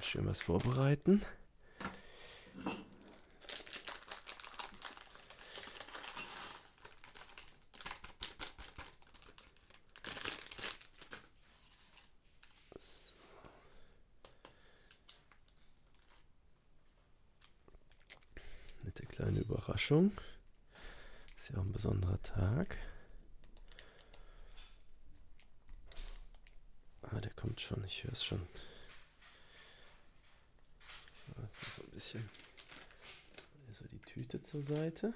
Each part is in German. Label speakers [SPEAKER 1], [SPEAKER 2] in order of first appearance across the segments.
[SPEAKER 1] Schön was vorbereiten. So. Nette kleine Überraschung. Ist ja auch ein besonderer Tag. Ah, der kommt schon, ich höre es schon. Ah, jetzt noch So ein bisschen so die Tüte zur Seite.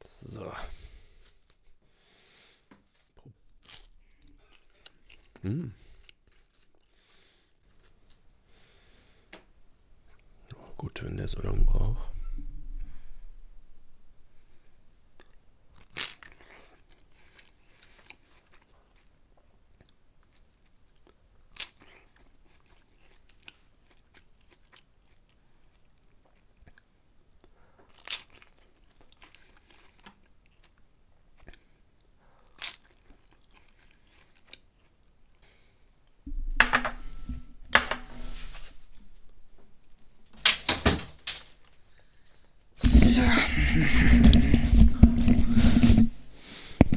[SPEAKER 1] So. Pro- Mm. Oh, Gut, wenn der so lange braucht.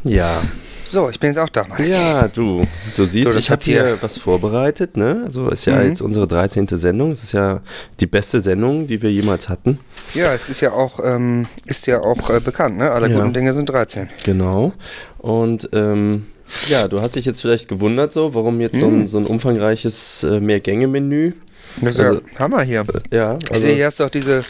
[SPEAKER 1] Ja,
[SPEAKER 2] So, ich bin jetzt auch da.
[SPEAKER 1] ja, du, du siehst,
[SPEAKER 2] So, das
[SPEAKER 1] ich habe
[SPEAKER 2] hat hier-
[SPEAKER 1] hier was vorbereitet, ne? Also ist ja
[SPEAKER 2] Mhm.
[SPEAKER 1] jetzt unsere 13. Sendung. Es ist ja die beste Sendung, die wir jemals hatten.
[SPEAKER 2] Ja, es ist ja auch, ähm, ist ja auch äh, bekannt, ne? Alle
[SPEAKER 1] Ja.
[SPEAKER 2] guten Dinge sind 13.
[SPEAKER 1] Genau. Und ähm, ja, du hast dich jetzt vielleicht gewundert, so, warum jetzt so, ein,
[SPEAKER 2] Mhm.
[SPEAKER 1] so ein umfangreiches äh, Mehrgänge-Menü.
[SPEAKER 2] Das ist ja
[SPEAKER 1] Also-
[SPEAKER 2] Hammer hier.
[SPEAKER 1] Ja,
[SPEAKER 2] ich
[SPEAKER 1] also,
[SPEAKER 2] sehe, hier hast du auch diese,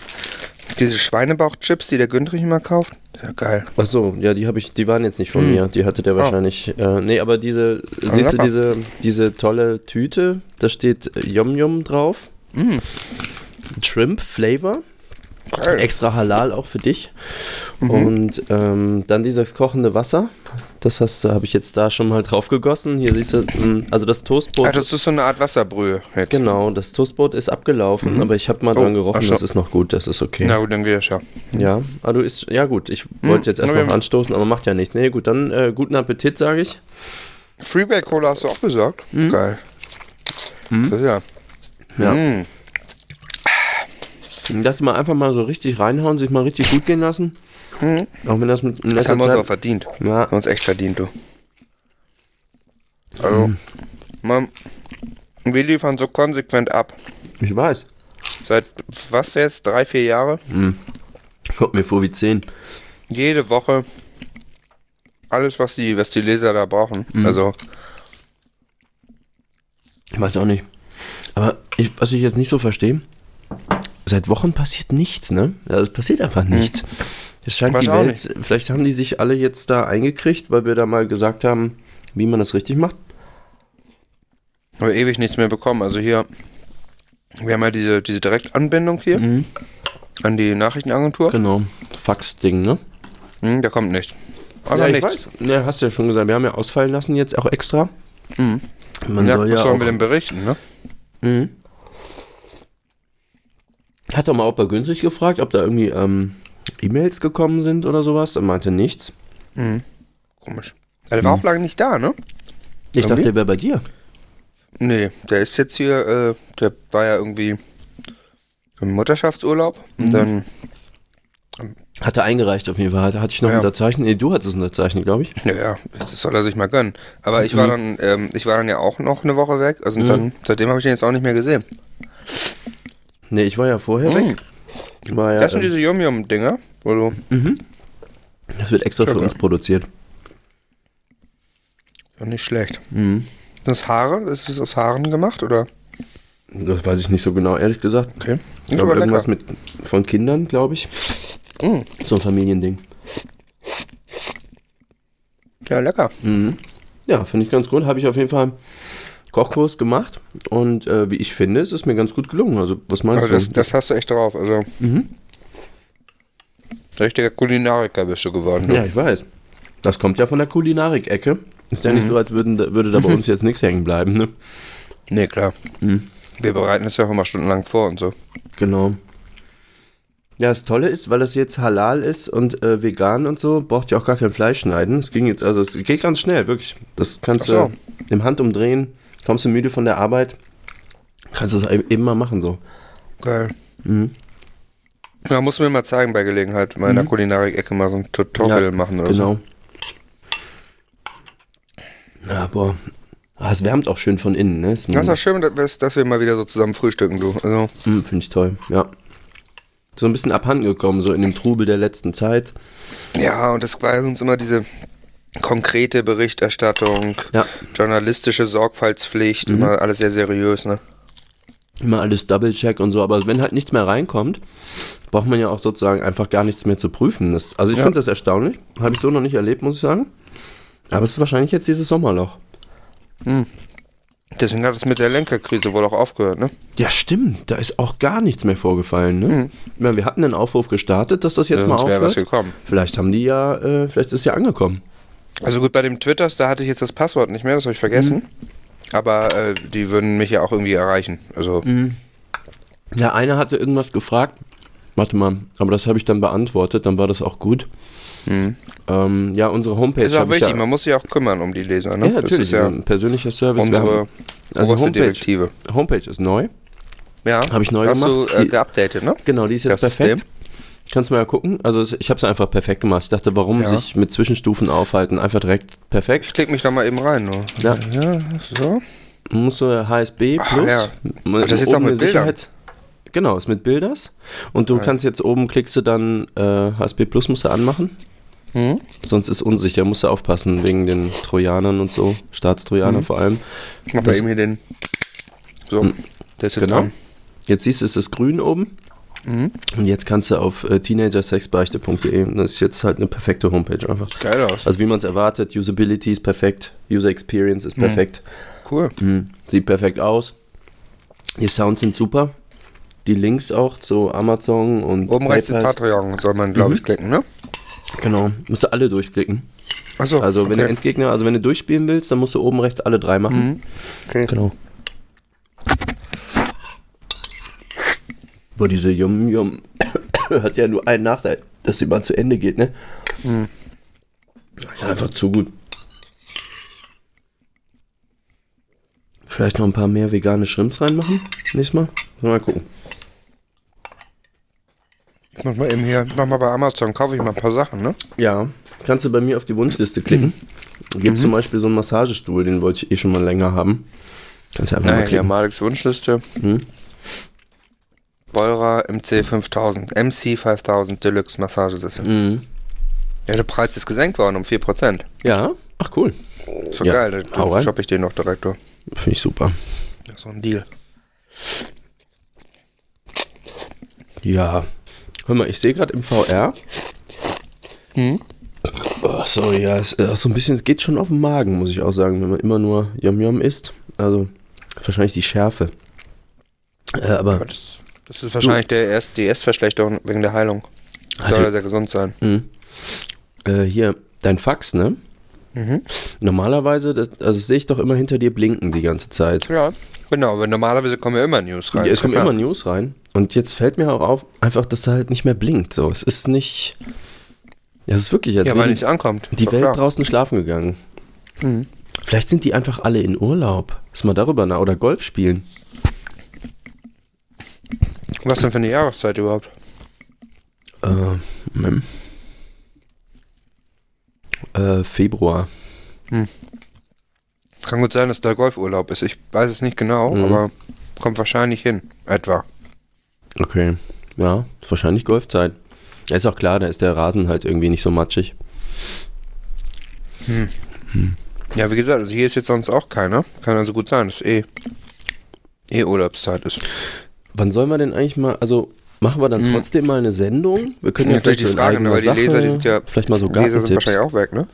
[SPEAKER 2] diese Schweinebauchchips, die der Güntrich immer kauft. Ja, geil.
[SPEAKER 1] ach so, ja, die habe ich, die waren jetzt nicht
[SPEAKER 2] Hm.
[SPEAKER 1] von mir. Die hatte der
[SPEAKER 2] Ah.
[SPEAKER 1] wahrscheinlich. Äh, nee, aber diese, siehst du
[SPEAKER 2] lecker.
[SPEAKER 1] diese, diese tolle Tüte? Da steht äh, Yum Yum drauf. Shrimp Flavor.
[SPEAKER 2] Hm. Geil. Mhm.
[SPEAKER 1] Extra halal auch für dich. Und ähm, dann dieses kochende Wasser. Das hast du- habe ich jetzt da schon mal drauf gegossen. Hier siehst du, mh, also das Toastbrot.
[SPEAKER 2] Ach, das ist so eine Art Wasserbrühe jetzt.
[SPEAKER 1] Genau, das Toastbrot ist abgelaufen, aber ich habe mal
[SPEAKER 2] Oh,
[SPEAKER 1] dran gerochen,
[SPEAKER 2] ach so.
[SPEAKER 1] das ist noch gut, das ist okay.
[SPEAKER 2] Na gut, dann geht das ja. Hm,
[SPEAKER 1] Ja, aber du isst, ja gut, ich wollte jetzt erst
[SPEAKER 2] na
[SPEAKER 1] noch
[SPEAKER 2] ja.
[SPEAKER 1] anstoßen, aber macht ja nichts. Nee, gut, dann äh, guten Appetit, sage ich.
[SPEAKER 2] Freeback Cola hast du auch besorgt.
[SPEAKER 1] Hm?
[SPEAKER 2] Geil. Das ist ja.
[SPEAKER 1] Also Ja.
[SPEAKER 2] Mm.
[SPEAKER 1] Ich dachte mal, einfach mal so richtig reinhauen, sich mal richtig gut gehen lassen. Auch wenn das mit in
[SPEAKER 2] Das
[SPEAKER 1] letzter
[SPEAKER 2] Hm. haben wir uns auch
[SPEAKER 1] Zeit...
[SPEAKER 2] verdient.
[SPEAKER 1] Ja.
[SPEAKER 2] Haben wir uns echt verdient, du. Also,
[SPEAKER 1] Hm.
[SPEAKER 2] man, wir liefern so konsequent ab.
[SPEAKER 1] Ich weiß.
[SPEAKER 2] Seit was jetzt? Drei, vier Jahre?
[SPEAKER 1] Kommt mir vor wie 10.
[SPEAKER 2] Jede Woche alles, was die, was die Leser da brauchen.
[SPEAKER 1] Mhm.
[SPEAKER 2] Also,
[SPEAKER 1] Ich weiß auch nicht. Aber ich, was ich jetzt nicht so verstehe, seit Wochen passiert nichts, ne? Also es passiert einfach nichts. Es scheint
[SPEAKER 2] Hm. Weiß
[SPEAKER 1] die
[SPEAKER 2] auch
[SPEAKER 1] Welt, vielleicht haben die sich alle jetzt da eingekriegt, weil wir da mal gesagt haben, wie man das richtig macht.
[SPEAKER 2] haben wir ewig nichts mehr bekommen. Also hier, wir haben ja diese, diese Direktanbindung hier
[SPEAKER 1] Mhm.
[SPEAKER 2] an die Nachrichtenagentur.
[SPEAKER 1] Genau. Fax-Ding, ne?
[SPEAKER 2] Hm, da kommt nichts. Aber
[SPEAKER 1] ja, ich
[SPEAKER 2] nichts.
[SPEAKER 1] weiß. Ja, hast du ja schon gesagt, wir haben ja ausfallen lassen jetzt auch extra. Man
[SPEAKER 2] Ja,
[SPEAKER 1] soll
[SPEAKER 2] was
[SPEAKER 1] ja
[SPEAKER 2] sollen
[SPEAKER 1] auch,
[SPEAKER 2] wir denn berichten, ne?
[SPEAKER 1] hat doch mal auch bei Günstig gefragt, ob da irgendwie ähm, E-Mails gekommen sind oder sowas. Er meinte nichts.
[SPEAKER 2] Komisch.
[SPEAKER 1] Mhm.
[SPEAKER 2] Der war auch lange nicht da, ne?
[SPEAKER 1] Ich
[SPEAKER 2] Irgendwie?
[SPEAKER 1] dachte, der wäre bei dir.
[SPEAKER 2] Nee, der ist jetzt hier, äh, der war ja irgendwie im Mutterschaftsurlaub.
[SPEAKER 1] Mhm.
[SPEAKER 2] Und dann,
[SPEAKER 1] Hatte eingereicht auf jeden Fall. Hatte, hatte ich noch
[SPEAKER 2] Ja.
[SPEAKER 1] unterzeichnet? Nee, du hattest es unterzeichnet, glaube ich.
[SPEAKER 2] naja, das soll er sich mal gönnen. Aber ich war
[SPEAKER 1] Mhm.
[SPEAKER 2] dann, ähm, ich war dann ja auch noch eine Woche weg. Also dann, seitdem habe ich den jetzt auch nicht mehr gesehen.
[SPEAKER 1] Nee, ich war ja vorher weg. War Hm, ja,
[SPEAKER 2] Das sind
[SPEAKER 1] ähm,
[SPEAKER 2] diese Yum-Yum-Dinger, also wo du
[SPEAKER 1] das wird extra für
[SPEAKER 2] Sugar.
[SPEAKER 1] uns produziert.
[SPEAKER 2] Ja,
[SPEAKER 1] Hm.
[SPEAKER 2] Nicht schlecht. Das Haare, ist es aus Haaren gemacht oder?
[SPEAKER 1] Das weiß ich nicht so genau, ehrlich gesagt.
[SPEAKER 2] Okay.
[SPEAKER 1] Ich glaube,
[SPEAKER 2] aber lecker.
[SPEAKER 1] irgendwas mit, von Kindern, glaube ich.
[SPEAKER 2] Mm.
[SPEAKER 1] So ein Familiending.
[SPEAKER 2] Ja, lecker.
[SPEAKER 1] Ja, finde ich ganz gut. Habe ich auf jeden Fall einen Kochkurs gemacht. Und äh, wie ich finde, es ist Also, mir ganz gut gelungen. Also, was meinst
[SPEAKER 2] Also das,
[SPEAKER 1] du?
[SPEAKER 2] das hast du echt drauf. Also Richtiger Kulinariker bist du geworden. Du.
[SPEAKER 1] Ja, ich weiß. Das kommt ja von der Kulinarik-Ecke. Ist ja
[SPEAKER 2] Mhm.
[SPEAKER 1] nicht so, als würden, da- würde da bei uns jetzt nichts hängen bleiben, ne?
[SPEAKER 2] Nee, klar.
[SPEAKER 1] Mhm.
[SPEAKER 2] Wir bereiten das ja auch immer stundenlang vor und so.
[SPEAKER 1] Genau. Ja, das Tolle ist, weil das jetzt halal ist und äh, vegan und so, braucht ihr auch gar kein Fleisch schneiden. Es ging jetzt, also es geht ganz schnell, wirklich. Das kannst
[SPEAKER 2] Ach so.
[SPEAKER 1] du im Handumdrehen, kommst du müde von der Arbeit, kannst du es e- eben mal machen so.
[SPEAKER 2] Geil.
[SPEAKER 1] Mhm.
[SPEAKER 2] Ja, musst du mir mal zeigen bei Gelegenheit, mal in der Kulinarik-Ecke mal so ein Tutorial machen oder
[SPEAKER 1] Genau. Ja, boah. Ah, es wärmt auch schön von innen, ne? Ist
[SPEAKER 2] so. Das ist ja schön, dass, dass wir mal wieder so zusammen frühstücken, du. Also,
[SPEAKER 1] Mm, Finde ich toll, ja. So ein bisschen abhandengekommen, so in dem Trubel der letzten Zeit.
[SPEAKER 2] ja, und das war ja uns immer diese konkrete Berichterstattung,
[SPEAKER 1] Ja. Mhm.
[SPEAKER 2] journalistische Sorgfaltspflicht, immer alles sehr seriös, ne?
[SPEAKER 1] Immer alles Double-Check und so, aber wenn halt nichts mehr reinkommt, braucht man ja auch sozusagen einfach gar nichts mehr zu prüfen. Das, also ich
[SPEAKER 2] Ja.
[SPEAKER 1] finde das erstaunlich. Habe ich so noch nicht erlebt, muss ich sagen. Aber es ist wahrscheinlich jetzt dieses Sommerloch.
[SPEAKER 2] Deswegen hat es mit der Lenkerkrise wohl auch aufgehört, ne?
[SPEAKER 1] Ja, stimmt. Da ist auch gar nichts mehr vorgefallen. Ne? Ich meine, wir hatten den Aufruf gestartet, dass das jetzt mal
[SPEAKER 2] Mhm. Also Sonst wäre was
[SPEAKER 1] aufhört.
[SPEAKER 2] gekommen.
[SPEAKER 1] Vielleicht haben die ja, äh, vielleicht ist es ja angekommen.
[SPEAKER 2] Also gut, bei dem Twitters, da hatte ich jetzt das Passwort nicht mehr, das habe ich vergessen.
[SPEAKER 1] Mhm.
[SPEAKER 2] Aber äh, die würden mich ja auch irgendwie erreichen. Also,
[SPEAKER 1] Mhm. Ja, einer hatte irgendwas gefragt. Warte mal, aber das habe ich dann beantwortet, dann war das auch gut. Ähm, ja, unsere Homepage
[SPEAKER 2] Mhm. ist auch
[SPEAKER 1] habe ich
[SPEAKER 2] wichtig,
[SPEAKER 1] ja,
[SPEAKER 2] man muss sich auch kümmern um die Leser, ne?
[SPEAKER 1] ja, natürlich,
[SPEAKER 2] Das ist ja
[SPEAKER 1] ein persönlicher Service. Wir
[SPEAKER 2] unsere
[SPEAKER 1] haben- also
[SPEAKER 2] oberste
[SPEAKER 1] Homepage,
[SPEAKER 2] Direktive.
[SPEAKER 1] Homepage ist neu.
[SPEAKER 2] Ja,
[SPEAKER 1] Hab ich neu
[SPEAKER 2] hast
[SPEAKER 1] gemacht.
[SPEAKER 2] du äh,
[SPEAKER 1] Die-
[SPEAKER 2] geupdatet, ne?
[SPEAKER 1] Genau, die ist jetzt
[SPEAKER 2] Das
[SPEAKER 1] perfekt.
[SPEAKER 2] System.
[SPEAKER 1] Kannst du mal gucken. Also es- ich habe es einfach perfekt gemacht. Ich dachte, warum
[SPEAKER 2] Ja.
[SPEAKER 1] sich mit Zwischenstufen aufhalten? Einfach direkt perfekt.
[SPEAKER 2] Klick mich da mal eben rein, nur.
[SPEAKER 1] Ja.
[SPEAKER 2] ja so.
[SPEAKER 1] Muss so HSB
[SPEAKER 2] Ah,
[SPEAKER 1] Plus.
[SPEAKER 2] ja.
[SPEAKER 1] Mit-
[SPEAKER 2] Und das ist
[SPEAKER 1] oben
[SPEAKER 2] auch mit
[SPEAKER 1] eine
[SPEAKER 2] Bildern?
[SPEAKER 1] Sicherheits- Genau, ist mit Bilders. Und du kannst jetzt oben klickst du dann äh, HSB Plus musst du anmachen.
[SPEAKER 2] Hm?
[SPEAKER 1] Sonst ist unsicher, musst du aufpassen wegen den Trojanern und so,
[SPEAKER 2] Hm.
[SPEAKER 1] Staatstrojaner vor allem.
[SPEAKER 2] Ich mach da
[SPEAKER 1] Das-
[SPEAKER 2] eben hier den. So, das ist jetzt
[SPEAKER 1] Genau.
[SPEAKER 2] an.
[SPEAKER 1] Jetzt siehst du, es ist grün oben.
[SPEAKER 2] Hm?
[SPEAKER 1] Und jetzt kannst du auf äh, teenagersexbeichte.de, das ist jetzt halt eine perfekte Homepage einfach.
[SPEAKER 2] Geil aus.
[SPEAKER 1] Also wie man es erwartet, Usability ist perfekt, User Experience
[SPEAKER 2] Hm.
[SPEAKER 1] ist perfekt,
[SPEAKER 2] Cool.
[SPEAKER 1] Mhm. sieht perfekt aus. Die Sounds sind super. Die Links auch zu Amazon und
[SPEAKER 2] Oben rechts den
[SPEAKER 1] PayPal.
[SPEAKER 2] Patreon soll man,
[SPEAKER 1] Mhm.
[SPEAKER 2] glaube ich, klicken, ne?
[SPEAKER 1] Genau, musst du alle durchklicken.
[SPEAKER 2] Achso,
[SPEAKER 1] Also wenn du
[SPEAKER 2] okay. Mhm.
[SPEAKER 1] Endgegner, also wenn du durchspielen willst, dann musst du oben rechts alle drei machen.
[SPEAKER 2] okay.
[SPEAKER 1] Genau. Boah, diese Yum Yum hat ja nur einen Nachteil, dass sie mal zu Ende geht, ne? Ist einfach zu gut. Vielleicht noch ein paar mehr vegane Shrimps reinmachen? Nächstes Mal? Mal gucken.
[SPEAKER 2] Ich muss mal eben hier, mach mal bei Amazon, kaufe ich mal ein paar Sachen, ne?
[SPEAKER 1] Ja, kannst du bei mir auf die Wunschliste klicken. Gibt zum Beispiel so einen Massagestuhl, den wollte ich eh schon mal länger haben. Kannst du einfach mal
[SPEAKER 2] Nein, ja,
[SPEAKER 1] klicken. Mhm.
[SPEAKER 2] Malex Wunschliste. Beurer MC5000, MC5000 Deluxe Massagesessel.
[SPEAKER 1] Mhm.
[SPEAKER 2] Ja, der Preis ist gesenkt worden um 4%.
[SPEAKER 1] Ja, ach cool.
[SPEAKER 2] So
[SPEAKER 1] Ja,
[SPEAKER 2] geil, dann
[SPEAKER 1] hau rein.
[SPEAKER 2] shoppe ich den noch direkt durch.
[SPEAKER 1] Finde ich super.
[SPEAKER 2] Ja, so ein Deal.
[SPEAKER 1] Ja. Hör mal, ich sehe gerade im VR.
[SPEAKER 2] Hm?
[SPEAKER 1] Oh, sorry, ja, es ist auch so ein bisschen, es geht schon auf den Magen, muss ich auch sagen, wenn man immer nur Yum Yum isst. Also wahrscheinlich die Schärfe. Äh, aber
[SPEAKER 2] Das, das ist wahrscheinlich der erst, die Erstverschlechterung wegen der Heilung. Das
[SPEAKER 1] Also-
[SPEAKER 2] soll ja sehr gesund sein.
[SPEAKER 1] äh, hier, dein Fax, ne?
[SPEAKER 2] Mhm.
[SPEAKER 1] Normalerweise, das, also das sehe ich doch immer hinter dir blinken die ganze Zeit.
[SPEAKER 2] Ja, genau, weil normalerweise kommen ja immer News rein.
[SPEAKER 1] es kommen
[SPEAKER 2] Ja,
[SPEAKER 1] immer News rein. Und jetzt fällt mir auch auf, einfach, dass er halt nicht mehr blinkt. So, es ist nicht. Ja, es ist wirklich, als
[SPEAKER 2] Ja,
[SPEAKER 1] wäre
[SPEAKER 2] weil
[SPEAKER 1] die-
[SPEAKER 2] nichts ankommt.
[SPEAKER 1] Die
[SPEAKER 2] Doch,
[SPEAKER 1] Welt
[SPEAKER 2] klar. Mhm.
[SPEAKER 1] draußen schlafen gegangen. Vielleicht sind die einfach alle in Urlaub. Ist mal darüber nach. Oder Golf spielen.
[SPEAKER 2] Was denn für eine Jahreszeit überhaupt?
[SPEAKER 1] Äh, Moment. Äh, Februar.
[SPEAKER 2] Kann gut sein, dass da Golfurlaub ist. Ich weiß es nicht genau,
[SPEAKER 1] Mhm.
[SPEAKER 2] aber kommt wahrscheinlich hin. Etwa.
[SPEAKER 1] Okay. Ja, ist wahrscheinlich Golfzeit. Ja, ist auch klar, da ist der Rasen halt irgendwie nicht so matschig.
[SPEAKER 2] Ja, wie gesagt, also hier ist jetzt sonst auch keiner. Kann also gut sein, dass eh, eh Urlaubszeit ist.
[SPEAKER 1] Wann sollen wir denn eigentlich mal, also machen wir dann trotzdem mal eine Sendung? Wir können ja,
[SPEAKER 2] Natürlich
[SPEAKER 1] vielleicht so in eigener
[SPEAKER 2] weil Mhm. die
[SPEAKER 1] Sache,
[SPEAKER 2] Leser, die sind ja.
[SPEAKER 1] vielleicht mal so
[SPEAKER 2] die Leser sind
[SPEAKER 1] Gartentipps.
[SPEAKER 2] wahrscheinlich auch weg, ne?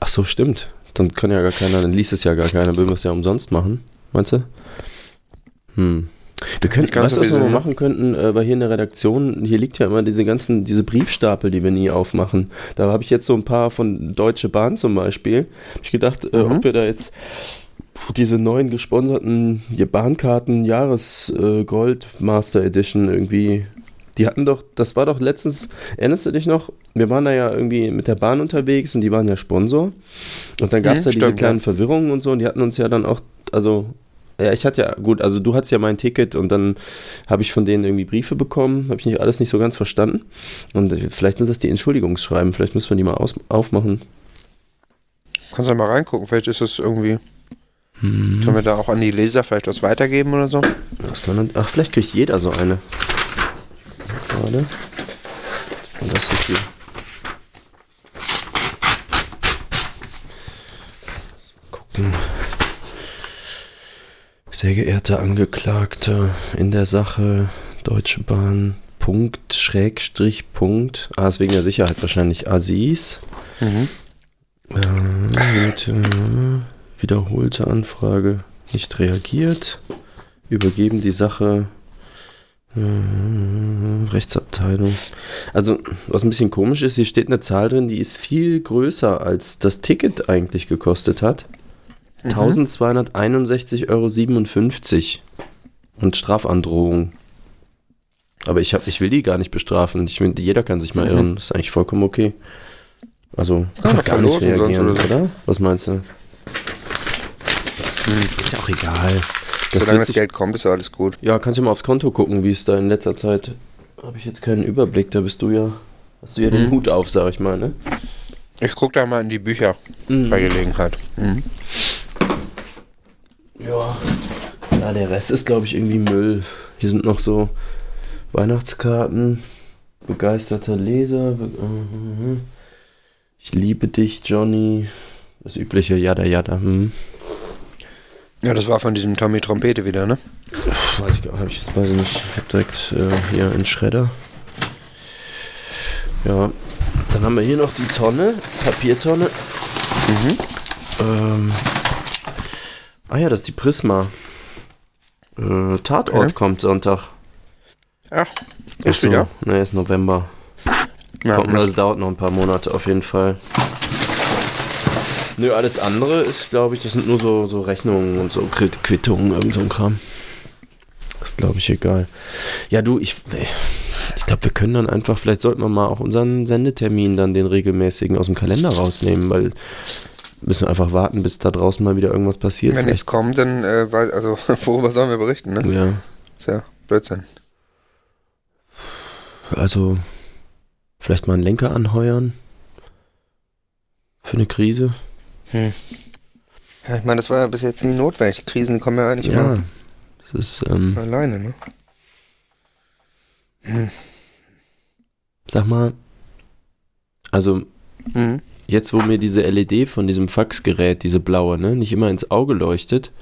[SPEAKER 1] Ach so, stimmt. Dann kann ja gar keiner, dann liest es ja gar keiner, würden wir es ja umsonst machen. Meinst du? Hm. Wir könnten,
[SPEAKER 2] Ganz
[SPEAKER 1] weißt du, was wir
[SPEAKER 2] sowieso,
[SPEAKER 1] mal
[SPEAKER 2] ne?
[SPEAKER 1] machen könnten, äh, weil hier in der Redaktion, hier liegt ja immer diese ganzen, diese Briefstapel, die wir nie aufmachen. Da habe ich jetzt so ein paar von Deutsche Bahn zum Beispiel. Hab ich gedacht, äh,
[SPEAKER 2] Mhm.
[SPEAKER 1] ob wir da jetzt diese neuen gesponserten hier Bahnkarten Jahres äh, Gold Master Edition irgendwie. Die hatten doch, das war doch letztens, erinnerst du dich noch? Wir waren da ja irgendwie mit der Bahn unterwegs und die waren ja Sponsor. Und dann gab es
[SPEAKER 2] Mhm,
[SPEAKER 1] ja diese
[SPEAKER 2] stimmt, ja.
[SPEAKER 1] kleinen Verwirrungen und so und die hatten uns ja dann auch, also ja, ich hatte ja, gut, also du hattest ja mein Ticket und dann habe ich von denen irgendwie Briefe bekommen, habe ich nicht, alles nicht so ganz verstanden. Und äh, vielleicht sind das die Entschuldigungsschreiben, vielleicht müssen wir die mal aus, aufmachen.
[SPEAKER 2] Kannst du mal reingucken, vielleicht ist es irgendwie.
[SPEAKER 1] Hm.
[SPEAKER 2] Können wir da auch an die Leser vielleicht was weitergeben oder so?
[SPEAKER 1] Was kann man, ach, vielleicht kriegt jeder so eine. Warte. Und das ist hier. Gucken. Sehr geehrter Angeklagter, in der Sache Deutsche Bahn, Punkt, Schrägstrich, Punkt. Ah, ist wegen der Sicherheit wahrscheinlich. Asis. Äh, mit, äh, wiederholte Anfrage nicht reagiert übergeben die Sache äh, Rechtsabteilung. Also, was ein bisschen komisch ist, hier steht eine Zahl drin, die ist viel größer, als das Ticket eigentlich gekostet hat.
[SPEAKER 2] Mhm.
[SPEAKER 1] 1261,57 Euro und Strafandrohung. Aber ich, hab, ich will die gar nicht bestrafen. Ich find, jeder kann sich mal irren. Das ist eigentlich vollkommen okay. Also,
[SPEAKER 2] man
[SPEAKER 1] einfach gar
[SPEAKER 2] Mhm. kann
[SPEAKER 1] nicht
[SPEAKER 2] losen sonst
[SPEAKER 1] reagieren,
[SPEAKER 2] oder
[SPEAKER 1] oder?
[SPEAKER 2] so.
[SPEAKER 1] Was meinst du? Ist ja auch egal. Das wird
[SPEAKER 2] Solange das
[SPEAKER 1] sich
[SPEAKER 2] Geld kommt, ist ja alles gut.
[SPEAKER 1] ja, kannst du mal aufs Konto gucken, wie es da in letzter Zeit. Habe ich jetzt keinen Überblick, da bist du ja. Hast du ja
[SPEAKER 2] Hm.
[SPEAKER 1] den Hut auf, sag ich mal, ne?
[SPEAKER 2] Ich gucke da mal in die Bücher bei Gelegenheit. Mhm.
[SPEAKER 1] Ja. Ja, der Rest ist, glaube ich, irgendwie Müll. Hier sind noch so Weihnachtskarten. Begeisterter Leser. Be mhm. ich liebe dich, Johnny. Das übliche Jada Jada. Hm.
[SPEAKER 2] Ja, das war von diesem Tommy Trompete wieder, ne?
[SPEAKER 1] Pff, Weiß ich, gar- hab ich jetzt weiß ich nicht. Ich hab direkt äh, hier in Schredder. Ja. Dann haben wir hier noch die Tonne, Papiertonne. Ähm. Ah ja, das ist die Prisma. Äh, Tatort
[SPEAKER 2] Okay.
[SPEAKER 1] kommt Sonntag.
[SPEAKER 2] Ach, ist wieder.
[SPEAKER 1] Ne, ist November.
[SPEAKER 2] Ja,
[SPEAKER 1] Kommt, das dauert noch ein paar Monate auf jeden Fall. Nö, alles andere ist, glaube ich, das sind nur so, so Rechnungen und so Quit- Quittungen, irgend so ein Kram. Ist, glaube ich, egal. Ja, du, ich, nee. ich glaube, wir können dann einfach, vielleicht sollten wir mal auch unseren Sendetermin dann den regelmäßigen aus dem Kalender rausnehmen, weil müssen wir einfach warten, bis da draußen mal wieder irgendwas passiert.
[SPEAKER 2] Wenn nichts
[SPEAKER 1] Vielleicht-
[SPEAKER 2] kommt, dann, äh, weil, also, worüber sollen wir berichten, ne?
[SPEAKER 1] ja,
[SPEAKER 2] Ist ja Blödsinn.
[SPEAKER 1] also vielleicht mal einen Lenker anheuern. Für eine Krise. Hm.
[SPEAKER 2] Ja, ich meine, das war ja bis jetzt nie notwendig. Krisen kommen ja eigentlich
[SPEAKER 1] Ja. Es ist, ähm,
[SPEAKER 2] immer alleine, ne? Hm.
[SPEAKER 1] sag mal, also
[SPEAKER 2] Mhm.
[SPEAKER 1] jetzt, wo mir diese LED von diesem Faxgerät, diese blaue, ne, nicht immer ins Auge leuchtet,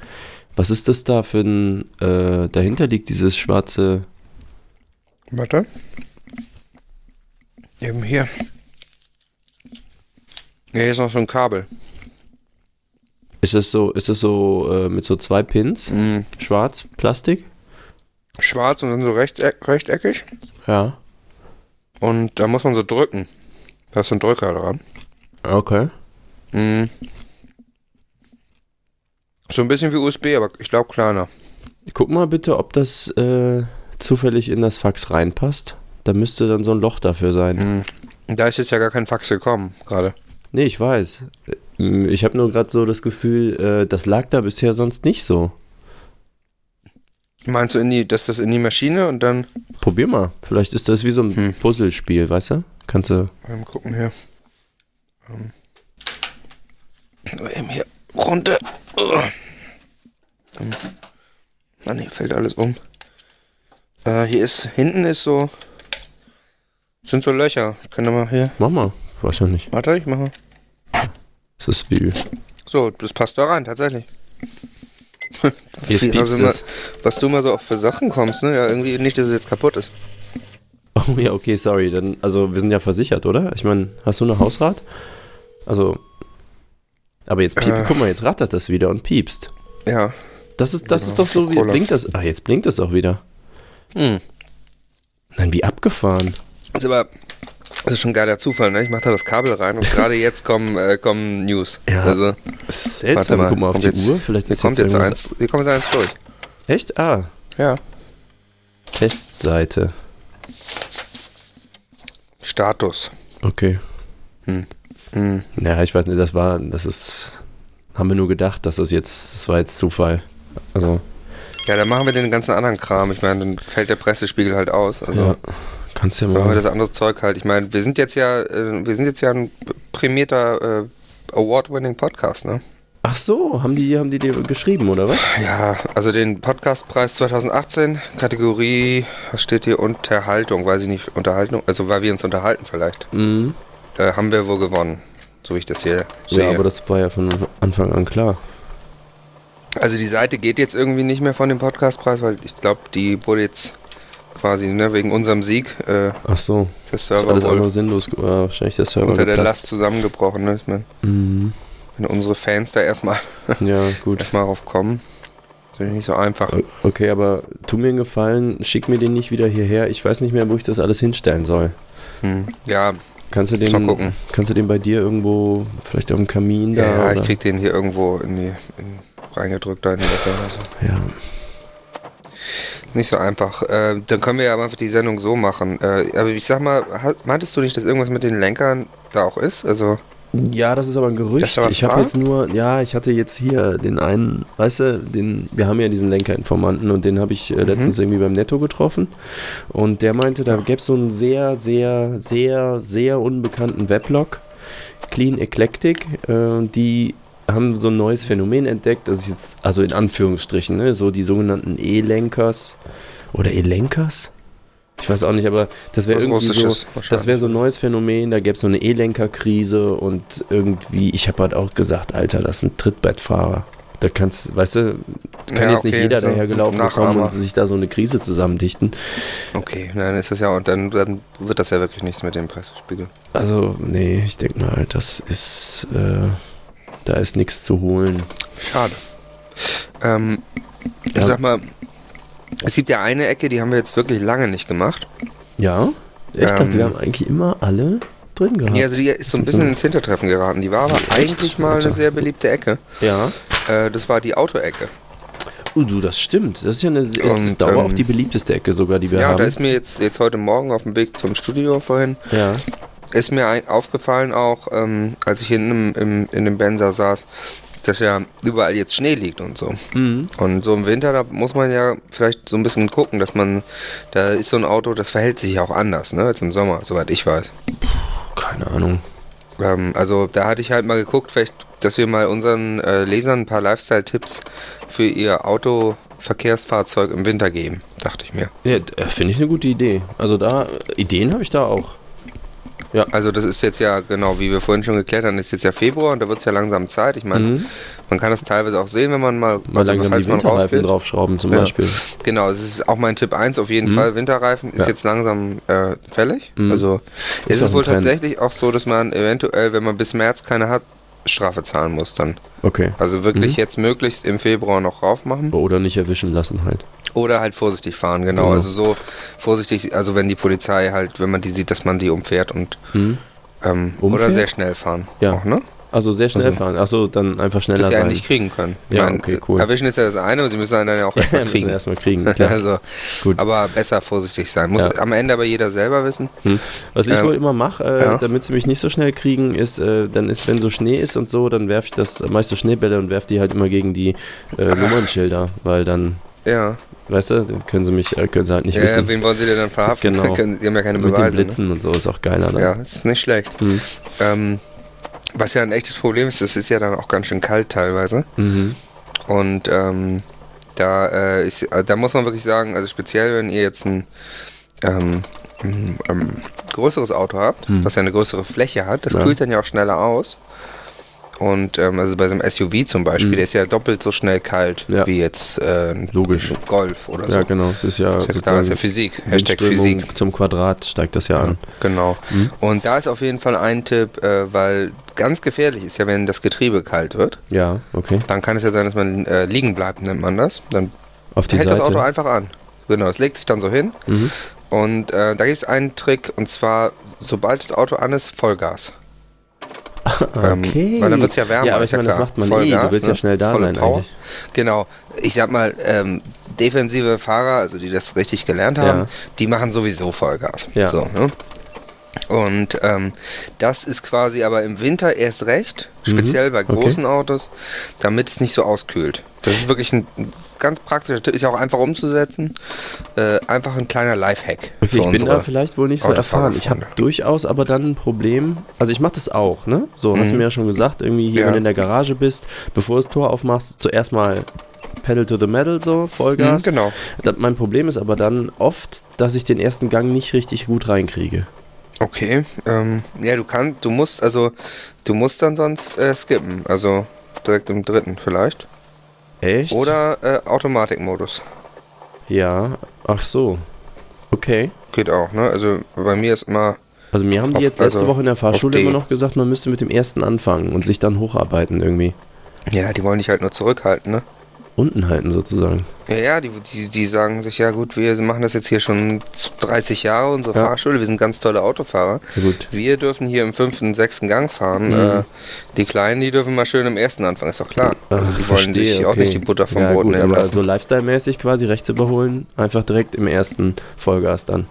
[SPEAKER 1] was ist das da für ein, äh, dahinter liegt dieses schwarze,
[SPEAKER 2] Warte. Eben hier. Ja, hier ist noch so ein Kabel.
[SPEAKER 1] ist das so, ist das so äh, mit so zwei Pins,
[SPEAKER 2] Mhm.
[SPEAKER 1] schwarz, Plastik?
[SPEAKER 2] Schwarz und dann so rechteck, rechteckig.
[SPEAKER 1] Ja.
[SPEAKER 2] Und da muss man so drücken. Da ist so ein Drücker dran.
[SPEAKER 1] Okay.
[SPEAKER 2] Mhm. So ein bisschen wie USB, aber ich glaube kleiner.
[SPEAKER 1] Guck mal bitte, ob das äh, zufällig in das Fax reinpasst. Da müsste dann so ein Loch dafür sein.
[SPEAKER 2] Mhm. Und Da ist jetzt ja gar kein Fax gekommen gerade.
[SPEAKER 1] Nee, ich weiß. Ähm, Ich habe nur gerade so das Gefühl, äh, das lag da bisher sonst nicht so.
[SPEAKER 2] Meinst du, in die, dass das in die Maschine und dann.
[SPEAKER 1] Probier mal. Vielleicht ist das wie so ein
[SPEAKER 2] Hm.
[SPEAKER 1] Puzzlespiel, weißt du? Kannst du.
[SPEAKER 2] Mal gucken hier. Ähm. Eben hier runter. Ugh. Ähm. Mann, hier fällt alles um. Äh, hier ist, hinten ist so, sind so Löcher. Ich kann da mal hier,
[SPEAKER 1] Mach mal. Wahrscheinlich.
[SPEAKER 2] warte, ich mache.
[SPEAKER 1] Ist das wie.
[SPEAKER 2] So, das passt da rein, tatsächlich.
[SPEAKER 1] Jetzt
[SPEAKER 2] Wie-
[SPEAKER 1] piepst
[SPEAKER 2] also,
[SPEAKER 1] es.
[SPEAKER 2] mal- was du mal so auf für Sachen kommst, ne? Ja, irgendwie nicht, dass es jetzt kaputt ist.
[SPEAKER 1] Oh ja, okay, sorry. Dann, also, wir sind ja versichert, oder? Ich meine, hast du noch Hausrat? Also. Aber jetzt piept.
[SPEAKER 2] Äh.
[SPEAKER 1] Guck mal, jetzt rattert das wieder und piepst.
[SPEAKER 2] Ja.
[SPEAKER 1] Das ist, das ist doch so, wie
[SPEAKER 2] Cola.
[SPEAKER 1] blinkt das. Ah, jetzt blinkt das auch wieder.
[SPEAKER 2] Hm.
[SPEAKER 1] Nein, wie abgefahren.
[SPEAKER 2] Ist aber das ist schon ein geiler Zufall, ne? Ich mache da das Kabel rein und gerade jetzt kommen, äh, kommen News.
[SPEAKER 1] Ja.
[SPEAKER 2] Also,
[SPEAKER 1] Das ist seltsam. Guck mal auf
[SPEAKER 2] kommt
[SPEAKER 1] die
[SPEAKER 2] jetzt-
[SPEAKER 1] Uhr. Vielleicht
[SPEAKER 2] Hier
[SPEAKER 1] ist
[SPEAKER 2] kommt jetzt eins. Hier kommt jetzt eins durch.
[SPEAKER 1] Echt? Ah,
[SPEAKER 2] Ja.
[SPEAKER 1] Testseite.
[SPEAKER 2] Status.
[SPEAKER 1] Okay.
[SPEAKER 2] Hm.
[SPEAKER 1] Naja, ich weiß nicht, das war, das ist, haben wir nur gedacht, dass das jetzt, das war jetzt Zufall. Also,
[SPEAKER 2] Ja, dann machen wir den ganzen anderen Kram. Ich meine, dann fällt der Pressespiegel halt aus. Also
[SPEAKER 1] ja, kannst ja
[SPEAKER 2] machen wir
[SPEAKER 1] mal.
[SPEAKER 2] das andere Zeug halt. Ich meine, wir sind jetzt ja, äh, wir sind jetzt ja ein prämierter äh, Award-winning Podcast, ne?
[SPEAKER 1] Ach so, haben die, haben die dir geschrieben, oder was?
[SPEAKER 2] Ja, also den Podcastpreis 2018, Kategorie, was steht hier? Unterhaltung, weiß ich nicht, Unterhaltung, also weil wir uns unterhalten vielleicht.
[SPEAKER 1] Mhm.
[SPEAKER 2] Äh, haben wir wohl gewonnen, so wie ich das hier sehe.
[SPEAKER 1] Ja, aber das war ja von Anfang an klar.
[SPEAKER 2] also die Seite geht jetzt irgendwie nicht mehr von dem Podcastpreis, weil ich glaube, die wurde jetzt quasi ne, wegen unserem Sieg äh,
[SPEAKER 1] Ach so,
[SPEAKER 2] der
[SPEAKER 1] das ist
[SPEAKER 2] Server
[SPEAKER 1] alles
[SPEAKER 2] wohl
[SPEAKER 1] andere sinnlos. ge- Äh, wahrscheinlich der Server
[SPEAKER 2] unter der Last
[SPEAKER 1] geplatzt.
[SPEAKER 2] zusammengebrochen. Ne? Ich mein,
[SPEAKER 1] Mhm.
[SPEAKER 2] wenn unsere Fans da erstmal,
[SPEAKER 1] Ja, gut.
[SPEAKER 2] erstmal drauf kommen, ist natürlich nicht so einfach.
[SPEAKER 1] O- Okay, aber tu mir einen Gefallen, schick mir den nicht wieder hierher. Ich weiß nicht mehr, wo ich das alles hinstellen soll.
[SPEAKER 2] Hm. Ja,
[SPEAKER 1] Kannst du
[SPEAKER 2] muss mal
[SPEAKER 1] den,
[SPEAKER 2] gucken.
[SPEAKER 1] kannst du den bei dir irgendwo, vielleicht auf dem Kamin da?
[SPEAKER 2] Ja, ja ich
[SPEAKER 1] oder?
[SPEAKER 2] krieg den hier irgendwo in die, in, reingedrückt da in die Ecke. Also
[SPEAKER 1] ja.
[SPEAKER 2] nicht so einfach. Äh, dann können wir ja einfach die Sendung so machen. Äh, aber ich sag mal, ha- meintest du nicht, dass irgendwas mit den Lenkern da auch ist? Also,
[SPEAKER 1] Ja, das ist aber ein
[SPEAKER 2] Das
[SPEAKER 1] Gerücht.
[SPEAKER 2] ist aber
[SPEAKER 1] ich habe
[SPEAKER 2] wahr?
[SPEAKER 1] jetzt nur, ja, ich hatte jetzt hier den einen, weißt du, den, wir haben ja diesen Lenkerinformanten und den habe ich äh,
[SPEAKER 2] Mhm.
[SPEAKER 1] letztens irgendwie beim Netto getroffen. Und der meinte, da gäbe es so einen sehr, sehr, sehr, sehr unbekannten Weblog, Clean Eclectic, äh, die haben so ein neues Phänomen entdeckt, das ist jetzt, also in Anführungsstrichen, ne, so die sogenannten E-Lenkers oder E-Lenkers? Ich weiß auch nicht, aber das wäre
[SPEAKER 2] was
[SPEAKER 1] irgendwie so, das
[SPEAKER 2] Russisches wahrscheinlich.
[SPEAKER 1] wäre so ein neues Phänomen, da gäbe es so eine E-Lenker-Krise und irgendwie, ich habe halt auch gesagt, Alter, das ist ein Trittbettfahrer. Da kannst, weißt du, kann
[SPEAKER 2] Ja,
[SPEAKER 1] jetzt nicht
[SPEAKER 2] okay,
[SPEAKER 1] jeder
[SPEAKER 2] so
[SPEAKER 1] dahergelaufen kommen
[SPEAKER 2] Nachahmer.
[SPEAKER 1] und sich da so eine Krise zusammendichten.
[SPEAKER 2] Okay, dann ist das ja, und dann, dann wird das ja wirklich nichts mit dem Pressespiegel.
[SPEAKER 1] Also, nee, ich denke mal, das ist, äh, da ist nichts zu holen.
[SPEAKER 2] Schade. Ähm,
[SPEAKER 1] Ja.
[SPEAKER 2] Ich sag mal, es gibt ja eine Ecke, die haben wir jetzt wirklich lange nicht gemacht.
[SPEAKER 1] Ja? Ich glaube,
[SPEAKER 2] Ähm.
[SPEAKER 1] wir haben eigentlich immer alle drin gehabt.
[SPEAKER 2] Nee, also die ist so ein bisschen ins Hintertreffen geraten. Die war aber
[SPEAKER 1] Echt?
[SPEAKER 2] eigentlich mal
[SPEAKER 1] Alter.
[SPEAKER 2] eine sehr beliebte Ecke.
[SPEAKER 1] ja.
[SPEAKER 2] Äh, das war die Autoecke.
[SPEAKER 1] Uh, du, das stimmt. Das ist ja eine, ist
[SPEAKER 2] Und,
[SPEAKER 1] dauer auch
[SPEAKER 2] ähm,
[SPEAKER 1] die beliebteste Ecke sogar, die wir
[SPEAKER 2] Ja,
[SPEAKER 1] haben.
[SPEAKER 2] da ist mir jetzt, jetzt heute Morgen auf dem Weg zum Studio vorhin,
[SPEAKER 1] ja.
[SPEAKER 2] ist mir ein- aufgefallen auch, ähm, als ich hinten im, im, in dem Benzer saß, dass ja überall jetzt Schnee liegt und so.
[SPEAKER 1] Mhm.
[SPEAKER 2] Und so im Winter, da muss man ja vielleicht so ein bisschen gucken, dass man, da ist so ein Auto, das verhält sich ja auch anders, ne, als im Sommer, soweit ich weiß.
[SPEAKER 1] Keine Ahnung.
[SPEAKER 2] Ähm, also da hatte ich halt mal geguckt, vielleicht, dass wir mal unseren äh, Lesern ein paar Lifestyle-Tipps für ihr Autoverkehrsfahrzeug im Winter geben, dachte ich mir.
[SPEAKER 1] Ja, d- äh, finde ich eine gute Idee. Also da, äh, Ideen habe ich da auch.
[SPEAKER 2] Also das ist jetzt ja, genau, wie wir vorhin schon geklärt haben, ist jetzt ja Februar und da wird es ja langsam Zeit. Ich meine,
[SPEAKER 1] Mhm.
[SPEAKER 2] man kann das teilweise auch sehen, wenn Also man mal,
[SPEAKER 1] Mal langsam die Winterreifen draufschrauben zum
[SPEAKER 2] Ja.
[SPEAKER 1] Beispiel.
[SPEAKER 2] Genau, es ist auch mein Tipp 1 auf jeden
[SPEAKER 1] Mhm.
[SPEAKER 2] Fall. Winterreifen ist
[SPEAKER 1] Ja.
[SPEAKER 2] jetzt langsam äh, fällig.
[SPEAKER 1] Mhm.
[SPEAKER 2] Also
[SPEAKER 1] Ist
[SPEAKER 2] ist
[SPEAKER 1] auch
[SPEAKER 2] es
[SPEAKER 1] ein
[SPEAKER 2] ist wohl
[SPEAKER 1] Trend.
[SPEAKER 2] tatsächlich auch so, dass man eventuell, wenn man bis März keine hat, Strafe zahlen muss dann.
[SPEAKER 1] Okay.
[SPEAKER 2] Also wirklich
[SPEAKER 1] Mhm.
[SPEAKER 2] jetzt möglichst im Februar noch raufmachen.
[SPEAKER 1] Oder nicht erwischen lassen halt.
[SPEAKER 2] Oder halt vorsichtig fahren, genau.
[SPEAKER 1] Genau.
[SPEAKER 2] Also so vorsichtig, also wenn die Polizei halt, wenn man die sieht, dass man die umfährt und
[SPEAKER 1] Mhm.
[SPEAKER 2] ähm,
[SPEAKER 1] Umfährt?
[SPEAKER 2] oder sehr schnell fahren.
[SPEAKER 1] Ja.
[SPEAKER 2] Auch, ne?
[SPEAKER 1] Also sehr schnell
[SPEAKER 2] Also-
[SPEAKER 1] fahren. Achso, dann einfach schneller
[SPEAKER 2] Dass sie einen
[SPEAKER 1] sein.
[SPEAKER 2] nicht kriegen können. Ich
[SPEAKER 1] Ja,
[SPEAKER 2] meine,
[SPEAKER 1] okay, cool.
[SPEAKER 2] Erwischen ist ja das eine und sie müssen einen dann ja auch erstmal
[SPEAKER 1] Müssen wir
[SPEAKER 2] kriegen.
[SPEAKER 1] erstmal kriegen. Klar.
[SPEAKER 2] also,
[SPEAKER 1] Gut.
[SPEAKER 2] Aber besser vorsichtig sein. Muss
[SPEAKER 1] Ja.
[SPEAKER 2] am Ende aber jeder selber wissen.
[SPEAKER 1] Hm. Was ich
[SPEAKER 2] Ähm,
[SPEAKER 1] wohl immer mache, äh,
[SPEAKER 2] ja.
[SPEAKER 1] damit sie mich nicht so schnell kriegen, ist, äh, dann ist, wenn so Schnee ist und so, dann werfe ich das äh, meiste Schneebälle und werfe die halt immer gegen die äh, Nummernschilder, weil dann,
[SPEAKER 2] Ja.
[SPEAKER 1] weißt du, dann können sie mich, äh, können sie halt nicht
[SPEAKER 2] ja
[SPEAKER 1] wissen.
[SPEAKER 2] wen wollen sie denn dann verhaften?
[SPEAKER 1] Genau.
[SPEAKER 2] Können- Sie haben ja keine
[SPEAKER 1] Mit den
[SPEAKER 2] Beweise.
[SPEAKER 1] Blitzen und so ist auch geiler.
[SPEAKER 2] Ne?
[SPEAKER 1] Ne?
[SPEAKER 2] Ja, ist nicht schlecht.
[SPEAKER 1] Mhm.
[SPEAKER 2] Ähm, was ja ein echtes Problem ist, es ist ja dann auch ganz schön kalt teilweise.
[SPEAKER 1] Mhm.
[SPEAKER 2] Und ähm, da, äh, ist, äh, da muss man wirklich sagen, also speziell wenn ihr jetzt ein ähm, ein, ähm, größeres Auto habt,
[SPEAKER 1] Hm.
[SPEAKER 2] was ja eine größere Fläche hat, das
[SPEAKER 1] Ja.
[SPEAKER 2] kühlt dann ja auch schneller aus. Und ähm, also bei so einem SUV zum Beispiel,
[SPEAKER 1] Mhm.
[SPEAKER 2] der ist ja doppelt so schnell kalt
[SPEAKER 1] Ja.
[SPEAKER 2] wie jetzt äh, ein
[SPEAKER 1] Logisch.
[SPEAKER 2] Golf oder so.
[SPEAKER 1] Ja, genau. Es ist ja
[SPEAKER 2] Das ist ja, klar, das ist ja
[SPEAKER 1] sozusagen
[SPEAKER 2] Physik. Hashtag
[SPEAKER 1] Windströmung
[SPEAKER 2] Physik.
[SPEAKER 1] zum Quadrat steigt das ja an.
[SPEAKER 2] Genau.
[SPEAKER 1] Mhm.
[SPEAKER 2] Und da ist auf jeden Fall ein Tipp, äh, weil ganz gefährlich ist ja, wenn das Getriebe kalt wird.
[SPEAKER 1] Ja, okay.
[SPEAKER 2] Dann kann es ja sein, dass man äh, liegen bleibt, nennt man das. Dann
[SPEAKER 1] Auf die
[SPEAKER 2] hält
[SPEAKER 1] Seite.
[SPEAKER 2] das Auto einfach an. Genau, es legt sich dann so hin.
[SPEAKER 1] Mhm.
[SPEAKER 2] Und äh, da gibt es einen Trick, und zwar, sobald das Auto an ist, Vollgas. Ähm,
[SPEAKER 1] Ah, Okay.
[SPEAKER 2] Weil dann wird es ja wärmer.
[SPEAKER 1] Ja, aber ich
[SPEAKER 2] ist ja
[SPEAKER 1] meine, das
[SPEAKER 2] klar.
[SPEAKER 1] macht man eh. Du willst ja
[SPEAKER 2] ne?
[SPEAKER 1] schnell da
[SPEAKER 2] Volle
[SPEAKER 1] sein
[SPEAKER 2] Power.
[SPEAKER 1] eigentlich.
[SPEAKER 2] Genau. Ich sag mal, ähm, defensive Fahrer, also die das richtig gelernt haben,
[SPEAKER 1] Ja.
[SPEAKER 2] die machen sowieso Vollgas.
[SPEAKER 1] Ja.
[SPEAKER 2] So, ne? Und ähm, das ist quasi aber im Winter erst recht, speziell bei
[SPEAKER 1] Mhm. okay.
[SPEAKER 2] großen Autos, damit es nicht so auskühlt. Das ist wirklich ein ganz praktischer Tipp, ist ja auch einfach umzusetzen. Äh, einfach ein kleiner Lifehack. für
[SPEAKER 1] Okay, ich bin
[SPEAKER 2] unsere-
[SPEAKER 1] da vielleicht wohl nicht so
[SPEAKER 2] Autofahrer
[SPEAKER 1] erfahren. Ich habe
[SPEAKER 2] Freunde.
[SPEAKER 1] durchaus aber dann ein Problem. Also ich mache das auch, ne? So, hast du mir ja schon gesagt, irgendwie hier,
[SPEAKER 2] Mhm. Ja.
[SPEAKER 1] wenn du in der Garage bist, bevor du das Tor aufmachst, zuerst mal Pedal to the Metal, so,
[SPEAKER 2] Mhm,
[SPEAKER 1] Vollgas.
[SPEAKER 2] genau.
[SPEAKER 1] Da- Mein Problem ist aber dann oft, dass ich den ersten Gang nicht richtig gut reinkriege.
[SPEAKER 2] Okay, ähm, ja, du kannst, du musst, also, du musst dann sonst äh, skippen, also direkt im dritten vielleicht.
[SPEAKER 1] Echt?
[SPEAKER 2] Oder äh, Automatikmodus.
[SPEAKER 1] Ja, ach so. Okay.
[SPEAKER 2] Geht auch, ne? Also bei mir ist immer,
[SPEAKER 1] Also mir haben die
[SPEAKER 2] Auf-
[SPEAKER 1] jetzt letzte
[SPEAKER 2] also
[SPEAKER 1] Woche in der Fahrschule
[SPEAKER 2] auf D.
[SPEAKER 1] immer noch gesagt, man müsste mit dem ersten anfangen und sich dann hocharbeiten irgendwie.
[SPEAKER 2] ja, die wollen dich halt nur zurückhalten, ne?
[SPEAKER 1] Unten halten sozusagen.
[SPEAKER 2] Ja, ja, die, die, die sagen sich, ja gut, wir machen das jetzt hier schon 30 Jahre, unsere
[SPEAKER 1] Ja.
[SPEAKER 2] Fahrschule, wir sind ganz tolle Autofahrer.
[SPEAKER 1] Ja, gut.
[SPEAKER 2] Wir dürfen hier im fünften, sechsten Gang fahren.
[SPEAKER 1] Mhm.
[SPEAKER 2] Äh, die Kleinen, die dürfen mal schön im ersten anfangen, ist doch klar. Also
[SPEAKER 1] Ach,
[SPEAKER 2] die wollen dich
[SPEAKER 1] verstehe,
[SPEAKER 2] auch
[SPEAKER 1] okay.
[SPEAKER 2] nicht die Butter vom
[SPEAKER 1] ja,
[SPEAKER 2] Boden
[SPEAKER 1] gut,
[SPEAKER 2] nehmen
[SPEAKER 1] aber
[SPEAKER 2] lassen.
[SPEAKER 1] so Lifestyle-mäßig quasi rechts überholen, einfach direkt im ersten Vollgas dann.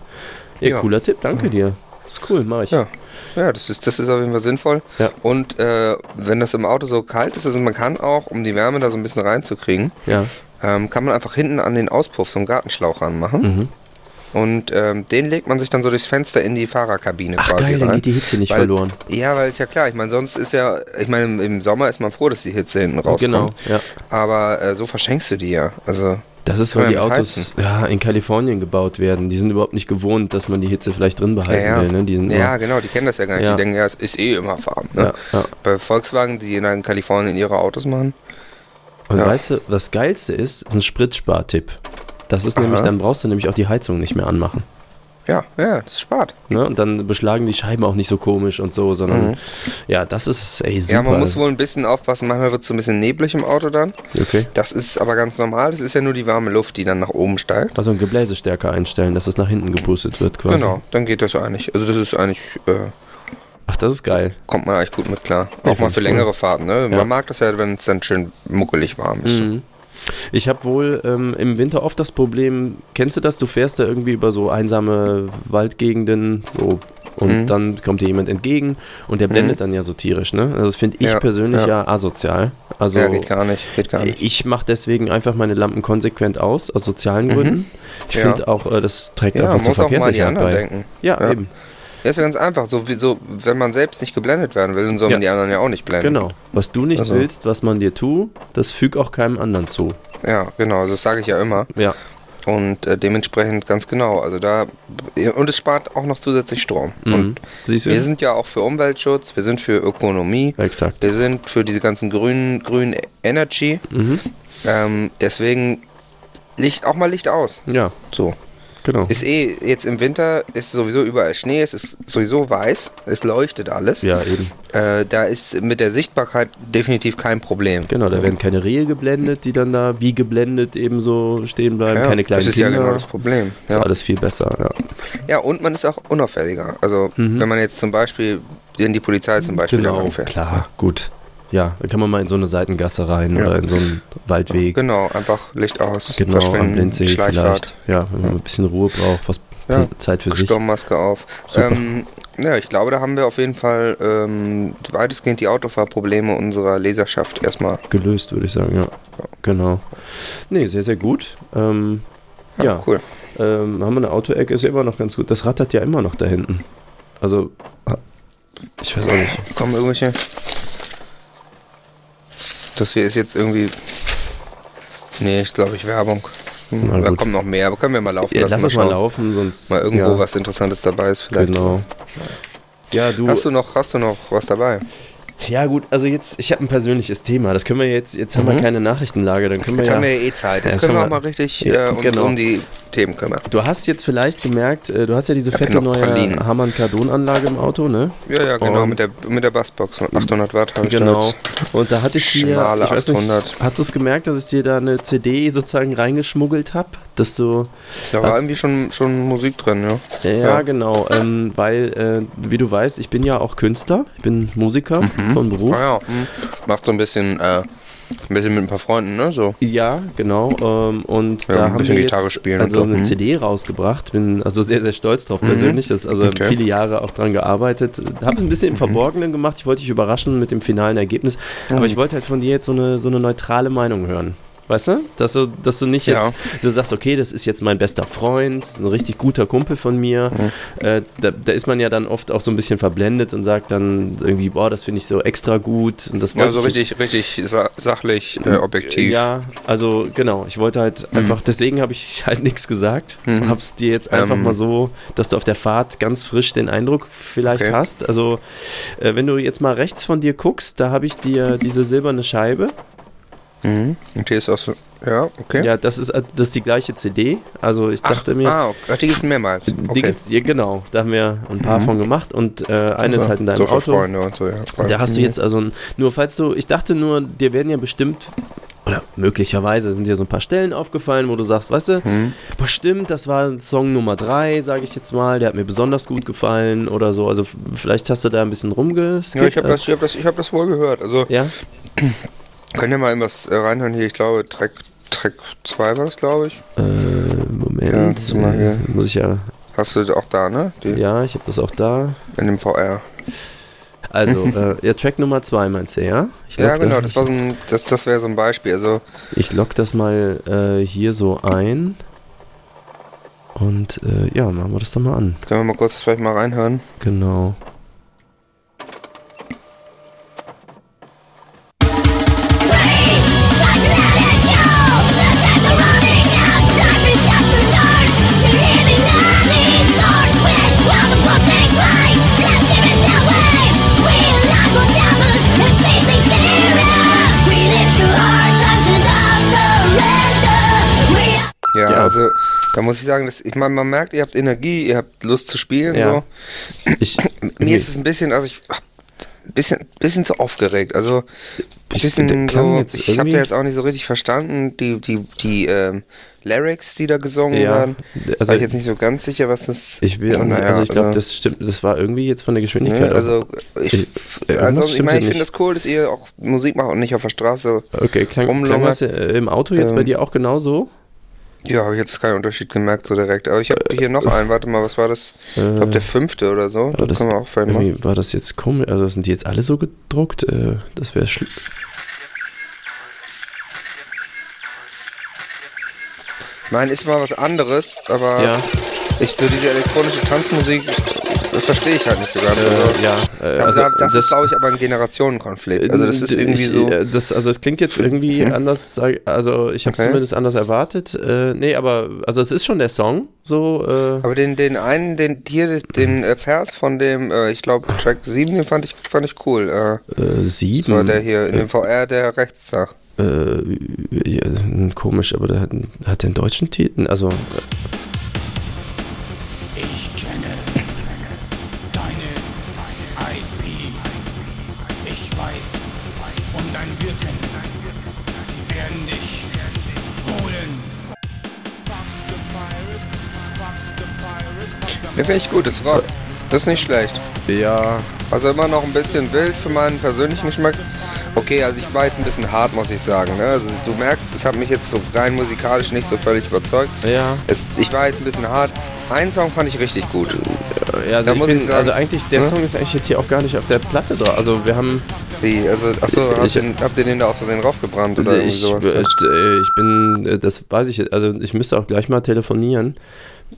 [SPEAKER 1] Ja,
[SPEAKER 2] Ja.
[SPEAKER 1] cooler Tipp, danke dir. Ist cool, mach ich.
[SPEAKER 2] Ja. Ja, das ist, das ist auf jeden Fall sinnvoll.
[SPEAKER 1] Ja.
[SPEAKER 2] Und äh, wenn das im Auto so kalt ist, also man kann auch, um die Wärme da so ein bisschen reinzukriegen,
[SPEAKER 1] Ja.
[SPEAKER 2] ähm, kann man einfach hinten an den Auspuff so einen Gartenschlauch ranmachen.
[SPEAKER 1] Mhm.
[SPEAKER 2] Und ähm, den legt man sich dann so durchs Fenster in die Fahrerkabine
[SPEAKER 1] Ach
[SPEAKER 2] quasi
[SPEAKER 1] geil, dann
[SPEAKER 2] rein.
[SPEAKER 1] geht die Hitze nicht
[SPEAKER 2] Weil-
[SPEAKER 1] verloren.
[SPEAKER 2] Ja, weil ist ja klar, ich meine, sonst ist ja, ich meine, im- im Sommer ist man froh, dass die Hitze hinten rauskommt.
[SPEAKER 1] Genau, ja.
[SPEAKER 2] Aber äh, so verschenkst du die ja. Also,
[SPEAKER 1] Das ist,
[SPEAKER 2] Kann
[SPEAKER 1] weil die
[SPEAKER 2] man mit
[SPEAKER 1] Autos ja, in Kalifornien gebaut werden. Die sind überhaupt nicht gewohnt, dass man die Hitze vielleicht drin behalten
[SPEAKER 2] Ja, ja.
[SPEAKER 1] will. Ne? Die sind
[SPEAKER 2] ja, genau, die kennen das ja gar nicht.
[SPEAKER 1] Ja.
[SPEAKER 2] Die denken, ja, es ist eh immer warm.
[SPEAKER 1] nur,
[SPEAKER 2] Ne?
[SPEAKER 1] ja, ja.
[SPEAKER 2] Bei Volkswagen, die dann in Kalifornien ihre Autos machen.
[SPEAKER 1] Und
[SPEAKER 2] Ja.
[SPEAKER 1] weißt du, das Geilste ist, ist ein Spritspartipp. Das ist nämlich,
[SPEAKER 2] Aha.
[SPEAKER 1] dann brauchst du nämlich auch die Heizung nicht mehr anmachen.
[SPEAKER 2] Ja, ja, das spart.
[SPEAKER 1] Ne? Und dann beschlagen die Scheiben auch nicht so komisch und so, sondern
[SPEAKER 2] Mhm.
[SPEAKER 1] ja, das ist ey, super.
[SPEAKER 2] Ja, man muss wohl ein bisschen aufpassen. Manchmal wird es so ein bisschen neblig im Auto dann.
[SPEAKER 1] okay.
[SPEAKER 2] Das ist aber ganz normal. Das ist ja nur die warme Luft, die dann nach oben steigt.
[SPEAKER 1] Also einen Gebläsestärker einstellen, dass es nach hinten geboostet wird quasi.
[SPEAKER 2] Genau, dann geht das eigentlich. Also das ist eigentlich, äh,
[SPEAKER 1] Ach, das ist geil.
[SPEAKER 2] kommt man eigentlich gut mit klar.
[SPEAKER 1] Ja,
[SPEAKER 2] Auch mal für
[SPEAKER 1] voll.
[SPEAKER 2] längere Fahrten. Ne?
[SPEAKER 1] Ja.
[SPEAKER 2] Man mag das ja, wenn es dann schön muckelig warm ist.
[SPEAKER 1] Mhm. Ich habe wohl ähm, im Winter oft das Problem, kennst du das, du fährst da irgendwie über so einsame Waldgegenden so, und
[SPEAKER 2] Mhm.
[SPEAKER 1] dann kommt dir jemand entgegen und der blendet dann ja so tierisch, ne? Also das finde ich
[SPEAKER 2] Ja,
[SPEAKER 1] persönlich ja.
[SPEAKER 2] ja.
[SPEAKER 1] asozial. Also
[SPEAKER 2] ja, geht gar nicht. Geht gar nicht.
[SPEAKER 1] ich mache deswegen einfach meine Lampen konsequent aus, aus sozialen Gründen. Ich
[SPEAKER 2] Mhm. Ja.
[SPEAKER 1] finde auch, äh, das trägt
[SPEAKER 2] Ja, man
[SPEAKER 1] einfach zur
[SPEAKER 2] muss auch mal an die
[SPEAKER 1] Verkehrssicherheit
[SPEAKER 2] anderen
[SPEAKER 1] bei.
[SPEAKER 2] denken.
[SPEAKER 1] Ja,
[SPEAKER 2] Ja.
[SPEAKER 1] eben,
[SPEAKER 2] Ja, ist ja ganz einfach. So, wie, so, wenn man selbst nicht geblendet werden will, dann sollen
[SPEAKER 1] Ja.
[SPEAKER 2] die anderen ja auch nicht blenden.
[SPEAKER 1] genau. Was du nicht
[SPEAKER 2] Also.
[SPEAKER 1] willst, was man dir tut, das füg auch keinem anderen zu.
[SPEAKER 2] Ja, genau. Das sage ich ja immer.
[SPEAKER 1] Ja,
[SPEAKER 2] Und äh, dementsprechend ganz genau. Also da und es spart auch noch zusätzlich Strom. Und
[SPEAKER 1] mhm. siehst du?
[SPEAKER 2] wir sind ja auch für Umweltschutz, wir sind für Ökonomie,
[SPEAKER 1] Exakt.
[SPEAKER 2] wir sind für diese ganzen grünen, grünen Energy.
[SPEAKER 1] Mhm.
[SPEAKER 2] Ähm, deswegen Licht, auch mal Licht aus.
[SPEAKER 1] Ja,
[SPEAKER 2] So.
[SPEAKER 1] genau.
[SPEAKER 2] Ist eh, jetzt im Winter ist sowieso überall Schnee, es ist sowieso weiß, es leuchtet alles.
[SPEAKER 1] ja, eben.
[SPEAKER 2] Äh, da ist mit der Sichtbarkeit definitiv kein Problem.
[SPEAKER 1] Genau, da werden keine Rehe geblendet, die dann da wie geblendet eben so stehen bleiben,
[SPEAKER 2] ja,
[SPEAKER 1] keine kleinen
[SPEAKER 2] Das ist
[SPEAKER 1] Kinder.
[SPEAKER 2] ja genau das Problem.
[SPEAKER 1] Ist
[SPEAKER 2] Ja.
[SPEAKER 1] alles viel besser, ja.
[SPEAKER 2] Ja, und man ist auch unauffälliger. Also, wenn man jetzt zum Beispiel, wenn die Polizei zum Beispiel da
[SPEAKER 1] Mhm. Genau,
[SPEAKER 2] rumfährt.
[SPEAKER 1] klar, gut. Ja, dann kann man mal in so eine Seitengasse rein
[SPEAKER 2] Ja.
[SPEAKER 1] oder in so einen Waldweg.
[SPEAKER 2] Genau, einfach Licht aus,
[SPEAKER 1] Genau, am Lindsee
[SPEAKER 2] Schleichfahrt,
[SPEAKER 1] vielleicht. Ja, wenn man ein bisschen Ruhe braucht, was
[SPEAKER 2] Ja.
[SPEAKER 1] Zeit für sich.
[SPEAKER 2] Sturmmaske auf.
[SPEAKER 1] Super.
[SPEAKER 2] Ähm, ja, ich glaube, da haben wir auf jeden Fall ähm, weitestgehend die Autofahrprobleme unserer Leserschaft erstmal.
[SPEAKER 1] Gelöst, würde ich sagen, ja. Genau. Nee, sehr, sehr gut. Ähm, ja,
[SPEAKER 2] cool.
[SPEAKER 1] ähm, haben wir eine Autoecke, ist ja immer noch ganz gut. Das rattert ja immer noch da hinten. Also, ah, ich weiß auch nicht.
[SPEAKER 2] Kommen irgendwelche. Das hier ist jetzt irgendwie. Nee, ich glaube, ich Werbung. Hm,
[SPEAKER 1] Na
[SPEAKER 2] Da
[SPEAKER 1] gut.
[SPEAKER 2] kommt noch mehr, aber können wir mal laufen
[SPEAKER 1] Ja,
[SPEAKER 2] lassen.
[SPEAKER 1] lass
[SPEAKER 2] mal
[SPEAKER 1] es mal
[SPEAKER 2] schauen.
[SPEAKER 1] laufen, sonst.
[SPEAKER 2] Mal irgendwo
[SPEAKER 1] ja,
[SPEAKER 2] was Interessantes dabei ist vielleicht.
[SPEAKER 1] Genau. Ja, du.
[SPEAKER 2] Hast du noch, hast du noch was dabei?
[SPEAKER 1] Ja, gut, also jetzt, ich habe ein persönliches Thema. Das können wir jetzt, jetzt haben wir
[SPEAKER 2] Mhm.
[SPEAKER 1] keine Nachrichtenlage, dann können wir
[SPEAKER 2] Jetzt
[SPEAKER 1] ja.
[SPEAKER 2] haben wir ja eh Zeit. Jetzt
[SPEAKER 1] Ja,
[SPEAKER 2] können wir auch
[SPEAKER 1] haben
[SPEAKER 2] mal
[SPEAKER 1] wir-
[SPEAKER 2] richtig
[SPEAKER 1] Ja,
[SPEAKER 2] äh, uns
[SPEAKER 1] genau.
[SPEAKER 2] um die Themen kümmern.
[SPEAKER 1] Du hast jetzt vielleicht gemerkt, äh, du hast ja diese
[SPEAKER 2] Hab ihn
[SPEAKER 1] fette
[SPEAKER 2] noch verliehen.
[SPEAKER 1] neue Hamann-Kardon-Anlage im Auto, ne?
[SPEAKER 2] Ja, ja, genau.
[SPEAKER 1] Und-
[SPEAKER 2] Mit der, mit der Bassbox. 800 Watt habe ich da
[SPEAKER 1] Genau.
[SPEAKER 2] jetzt.
[SPEAKER 1] Und da hatte ich dir,
[SPEAKER 2] Schmale
[SPEAKER 1] ich weiß nicht,
[SPEAKER 2] 800.
[SPEAKER 1] hast du es gemerkt, dass ich dir da eine CD sozusagen reingeschmuggelt habe, dass du
[SPEAKER 2] Da war irgendwie schon, schon Musik drin, ja.
[SPEAKER 1] Ja,
[SPEAKER 2] Ja.
[SPEAKER 1] genau, ähm, weil, äh, wie du weißt, ich bin ja auch Künstler, ich bin Musiker von Beruf.
[SPEAKER 2] Ah, ja. Hm. Macht so ein bisschen, äh, ein bisschen mit ein paar Freunden, ne? So.
[SPEAKER 1] Ja, genau. Ähm, und
[SPEAKER 2] Ja,
[SPEAKER 1] da
[SPEAKER 2] ein
[SPEAKER 1] haben
[SPEAKER 2] bisschen
[SPEAKER 1] wir
[SPEAKER 2] Gitarre
[SPEAKER 1] jetzt
[SPEAKER 2] spielen und
[SPEAKER 1] also
[SPEAKER 2] so,
[SPEAKER 1] eine
[SPEAKER 2] mhm.
[SPEAKER 1] CD rausgebracht. Bin also sehr, sehr stolz drauf persönlich. Das also
[SPEAKER 2] Okay. Mhm.
[SPEAKER 1] viele Jahre auch dran gearbeitet. Habe ein bisschen im Verborgenen gemacht. Ich wollte dich überraschen mit dem finalen Ergebnis. Aber
[SPEAKER 2] Mhm.
[SPEAKER 1] ich wollte halt von dir jetzt so eine, so eine neutrale Meinung hören. Weißt du? Dass du, dass du nicht jetzt,
[SPEAKER 2] Ja.
[SPEAKER 1] du sagst, okay, das ist jetzt mein bester Freund, ein richtig guter Kumpel von mir.
[SPEAKER 2] Mhm.
[SPEAKER 1] Äh, da, da ist man ja dann oft auch so ein bisschen verblendet und sagt dann irgendwie, boah, das finde ich so extra gut. Und das
[SPEAKER 2] Ja,
[SPEAKER 1] wollte
[SPEAKER 2] so
[SPEAKER 1] ich-
[SPEAKER 2] Also richtig, richtig sa sachlich, äh, objektiv.
[SPEAKER 1] ja, also genau, ich wollte halt
[SPEAKER 2] Hm.
[SPEAKER 1] einfach, deswegen habe ich halt nichts gesagt. Hab's dir jetzt einfach
[SPEAKER 2] Mhm. Ähm.
[SPEAKER 1] mal so, dass du auf der Fahrt ganz frisch den Eindruck vielleicht
[SPEAKER 2] Okay.
[SPEAKER 1] hast. Also, äh, wenn du jetzt mal rechts von dir guckst, da habe ich dir diese silberne Scheibe.
[SPEAKER 2] Mhm. Und hier ist auch so. Ja, okay.
[SPEAKER 1] Ja, das ist, äh, das ist die gleiche CD. Also ich dachte mir.
[SPEAKER 2] Ah, okay. Ach, die gibt es mehrmals.
[SPEAKER 1] Die
[SPEAKER 2] Okay. Mhm.
[SPEAKER 1] gibt's, ja, genau, da haben wir ein paar von gemacht und äh, eine ist halt in deinem
[SPEAKER 2] so für
[SPEAKER 1] Auto.
[SPEAKER 2] Freunde und so, ja. Mhm.
[SPEAKER 1] Da hast du jetzt also ein, nur falls du, ich dachte nur, dir werden ja bestimmt oder möglicherweise sind dir so ein paar Stellen aufgefallen, wo du sagst, weißt du,
[SPEAKER 2] Hm.
[SPEAKER 1] bestimmt, das war Song Nummer drei, sage ich jetzt mal, der hat mir besonders gut gefallen oder so. Also f- vielleicht hast du da ein bisschen rumgeskippt.
[SPEAKER 2] Ja, ich habe das, ich hab das, ich hab das wohl gehört. Also,
[SPEAKER 1] Ja,
[SPEAKER 2] könnt ihr mal irgendwas äh, reinhören hier? Ich glaube, Track, Track 2 war das, glaube ich.
[SPEAKER 1] äh,
[SPEAKER 2] Ja,
[SPEAKER 1] Moment,
[SPEAKER 2] das mal
[SPEAKER 1] äh,
[SPEAKER 2] hier.
[SPEAKER 1] muss ich ja,
[SPEAKER 2] Hast du auch da, ne? Die,
[SPEAKER 1] ja, ich habe das auch da.
[SPEAKER 2] In dem VR.
[SPEAKER 1] Also, äh, ja, Track Nummer zwei meinst du, ja? Ich
[SPEAKER 2] Ja,
[SPEAKER 1] lock
[SPEAKER 2] genau,
[SPEAKER 1] das,
[SPEAKER 2] das, war so ein, das, das wäre so ein Beispiel. Also,
[SPEAKER 1] Ich lock das mal äh, hier so ein und äh, ja, machen wir das doch mal an.
[SPEAKER 2] können wir mal kurz vielleicht mal reinhören.
[SPEAKER 1] Genau.
[SPEAKER 2] Ja,
[SPEAKER 1] Ja.
[SPEAKER 2] also, da muss ich sagen, dass, ich meine, man merkt, ihr habt Energie, ihr habt Lust zu spielen.
[SPEAKER 1] Ja.
[SPEAKER 2] So.
[SPEAKER 1] Ich,
[SPEAKER 2] Mir ist es ein bisschen, also ich hab ein bisschen, bisschen zu aufgeregt. Also ein
[SPEAKER 1] Ich-
[SPEAKER 2] bisschen
[SPEAKER 1] der klang
[SPEAKER 2] so,
[SPEAKER 1] jetzt
[SPEAKER 2] ich habe
[SPEAKER 1] irgendwie-
[SPEAKER 2] jetzt auch nicht so richtig verstanden, die, die, die ähm, Lyrics, die da gesungen
[SPEAKER 1] Ja,
[SPEAKER 2] werden. Also
[SPEAKER 1] also-
[SPEAKER 2] war ich jetzt nicht so ganz sicher, was das. Oh,
[SPEAKER 1] ich will,
[SPEAKER 2] Naja,
[SPEAKER 1] also ich glaube, das stimmt, das war irgendwie jetzt von der
[SPEAKER 2] nee,
[SPEAKER 1] Geschwindigkeit. auch-
[SPEAKER 2] also
[SPEAKER 1] Ich-
[SPEAKER 2] ich,
[SPEAKER 1] äh, irgendwas
[SPEAKER 2] also ich
[SPEAKER 1] stimmt hier
[SPEAKER 2] meine, ich finde
[SPEAKER 1] nicht.
[SPEAKER 2] das cool, dass ihr auch Musik macht und nicht auf der Straße.
[SPEAKER 1] okay, klang, klang
[SPEAKER 2] rumlungert.
[SPEAKER 1] das äh, im Auto jetzt bei
[SPEAKER 2] Ähm.
[SPEAKER 1] dir auch genauso?
[SPEAKER 2] Ja, habe ich jetzt keinen Unterschied gemerkt so direkt. Aber ich habe hier noch einen, warte mal, was war das? ich glaube der fünfte oder so.
[SPEAKER 1] Aber
[SPEAKER 2] Da können wir auch vielleicht mal.
[SPEAKER 1] Äh, irgendwie war das jetzt komisch, also sind die jetzt alle so gedruckt? Äh, das wäre schlimm.
[SPEAKER 2] Nein, ist mal was anderes, aber
[SPEAKER 1] Ja.
[SPEAKER 2] ich so diese elektronische Tanzmusik das verstehe ich halt nicht so ganz. also,
[SPEAKER 1] Äh, ja, äh,
[SPEAKER 2] da-
[SPEAKER 1] also
[SPEAKER 2] da- das, ist, glaube ich, aber ein Generationenkonflikt. Also das ist irgendwie
[SPEAKER 1] ich,
[SPEAKER 2] so.
[SPEAKER 1] äh, Das, also es klingt jetzt irgendwie anders, sag- also ich habe
[SPEAKER 2] Okay.
[SPEAKER 1] zumindest anders erwartet. Äh, nee, aber also es ist schon der Song, so äh,
[SPEAKER 2] aber den, den einen, den hier, den äh, Vers von dem, äh, ich glaube, Track 7, den fand ich, fand ich cool. Äh,
[SPEAKER 1] äh,
[SPEAKER 2] so
[SPEAKER 1] sieben.
[SPEAKER 2] der hier, in dem VR, der rechts da.
[SPEAKER 1] Äh, ja, komisch, aber der hat, hat den deutschen Titel. Also,
[SPEAKER 3] Ich kenne deine IP. Ich weiß um dein Wirken. Sie werden dich holen.
[SPEAKER 2] Der finde ich gut, das war. Das ist nicht schlecht.
[SPEAKER 1] ja.
[SPEAKER 2] Also immer noch ein bisschen wild für meinen persönlichen Geschmack. Okay, also ich war jetzt ein bisschen hart, muss ich sagen. Ne? Also du merkst, es hat mich jetzt so rein musikalisch nicht so völlig überzeugt.
[SPEAKER 1] Ja,
[SPEAKER 2] Es, ich war jetzt ein bisschen hart. Einen Song fand ich richtig gut.
[SPEAKER 1] ja also,
[SPEAKER 2] Da
[SPEAKER 1] ich
[SPEAKER 2] muss
[SPEAKER 1] bin,
[SPEAKER 2] ich sagen-
[SPEAKER 1] also eigentlich, der
[SPEAKER 2] Ne?
[SPEAKER 1] Song ist eigentlich jetzt hier auch gar nicht auf der Platte drauf. Also, wir haben.
[SPEAKER 2] Wie, also, achso, habt
[SPEAKER 1] Ich-
[SPEAKER 2] ihr habt ihr den da aus Versehen raufgebrannt oder irgendwie
[SPEAKER 1] ich,
[SPEAKER 2] sowas?
[SPEAKER 1] äh, ich bin, äh, das weiß ich jetzt, also ich müsste auch gleich mal telefonieren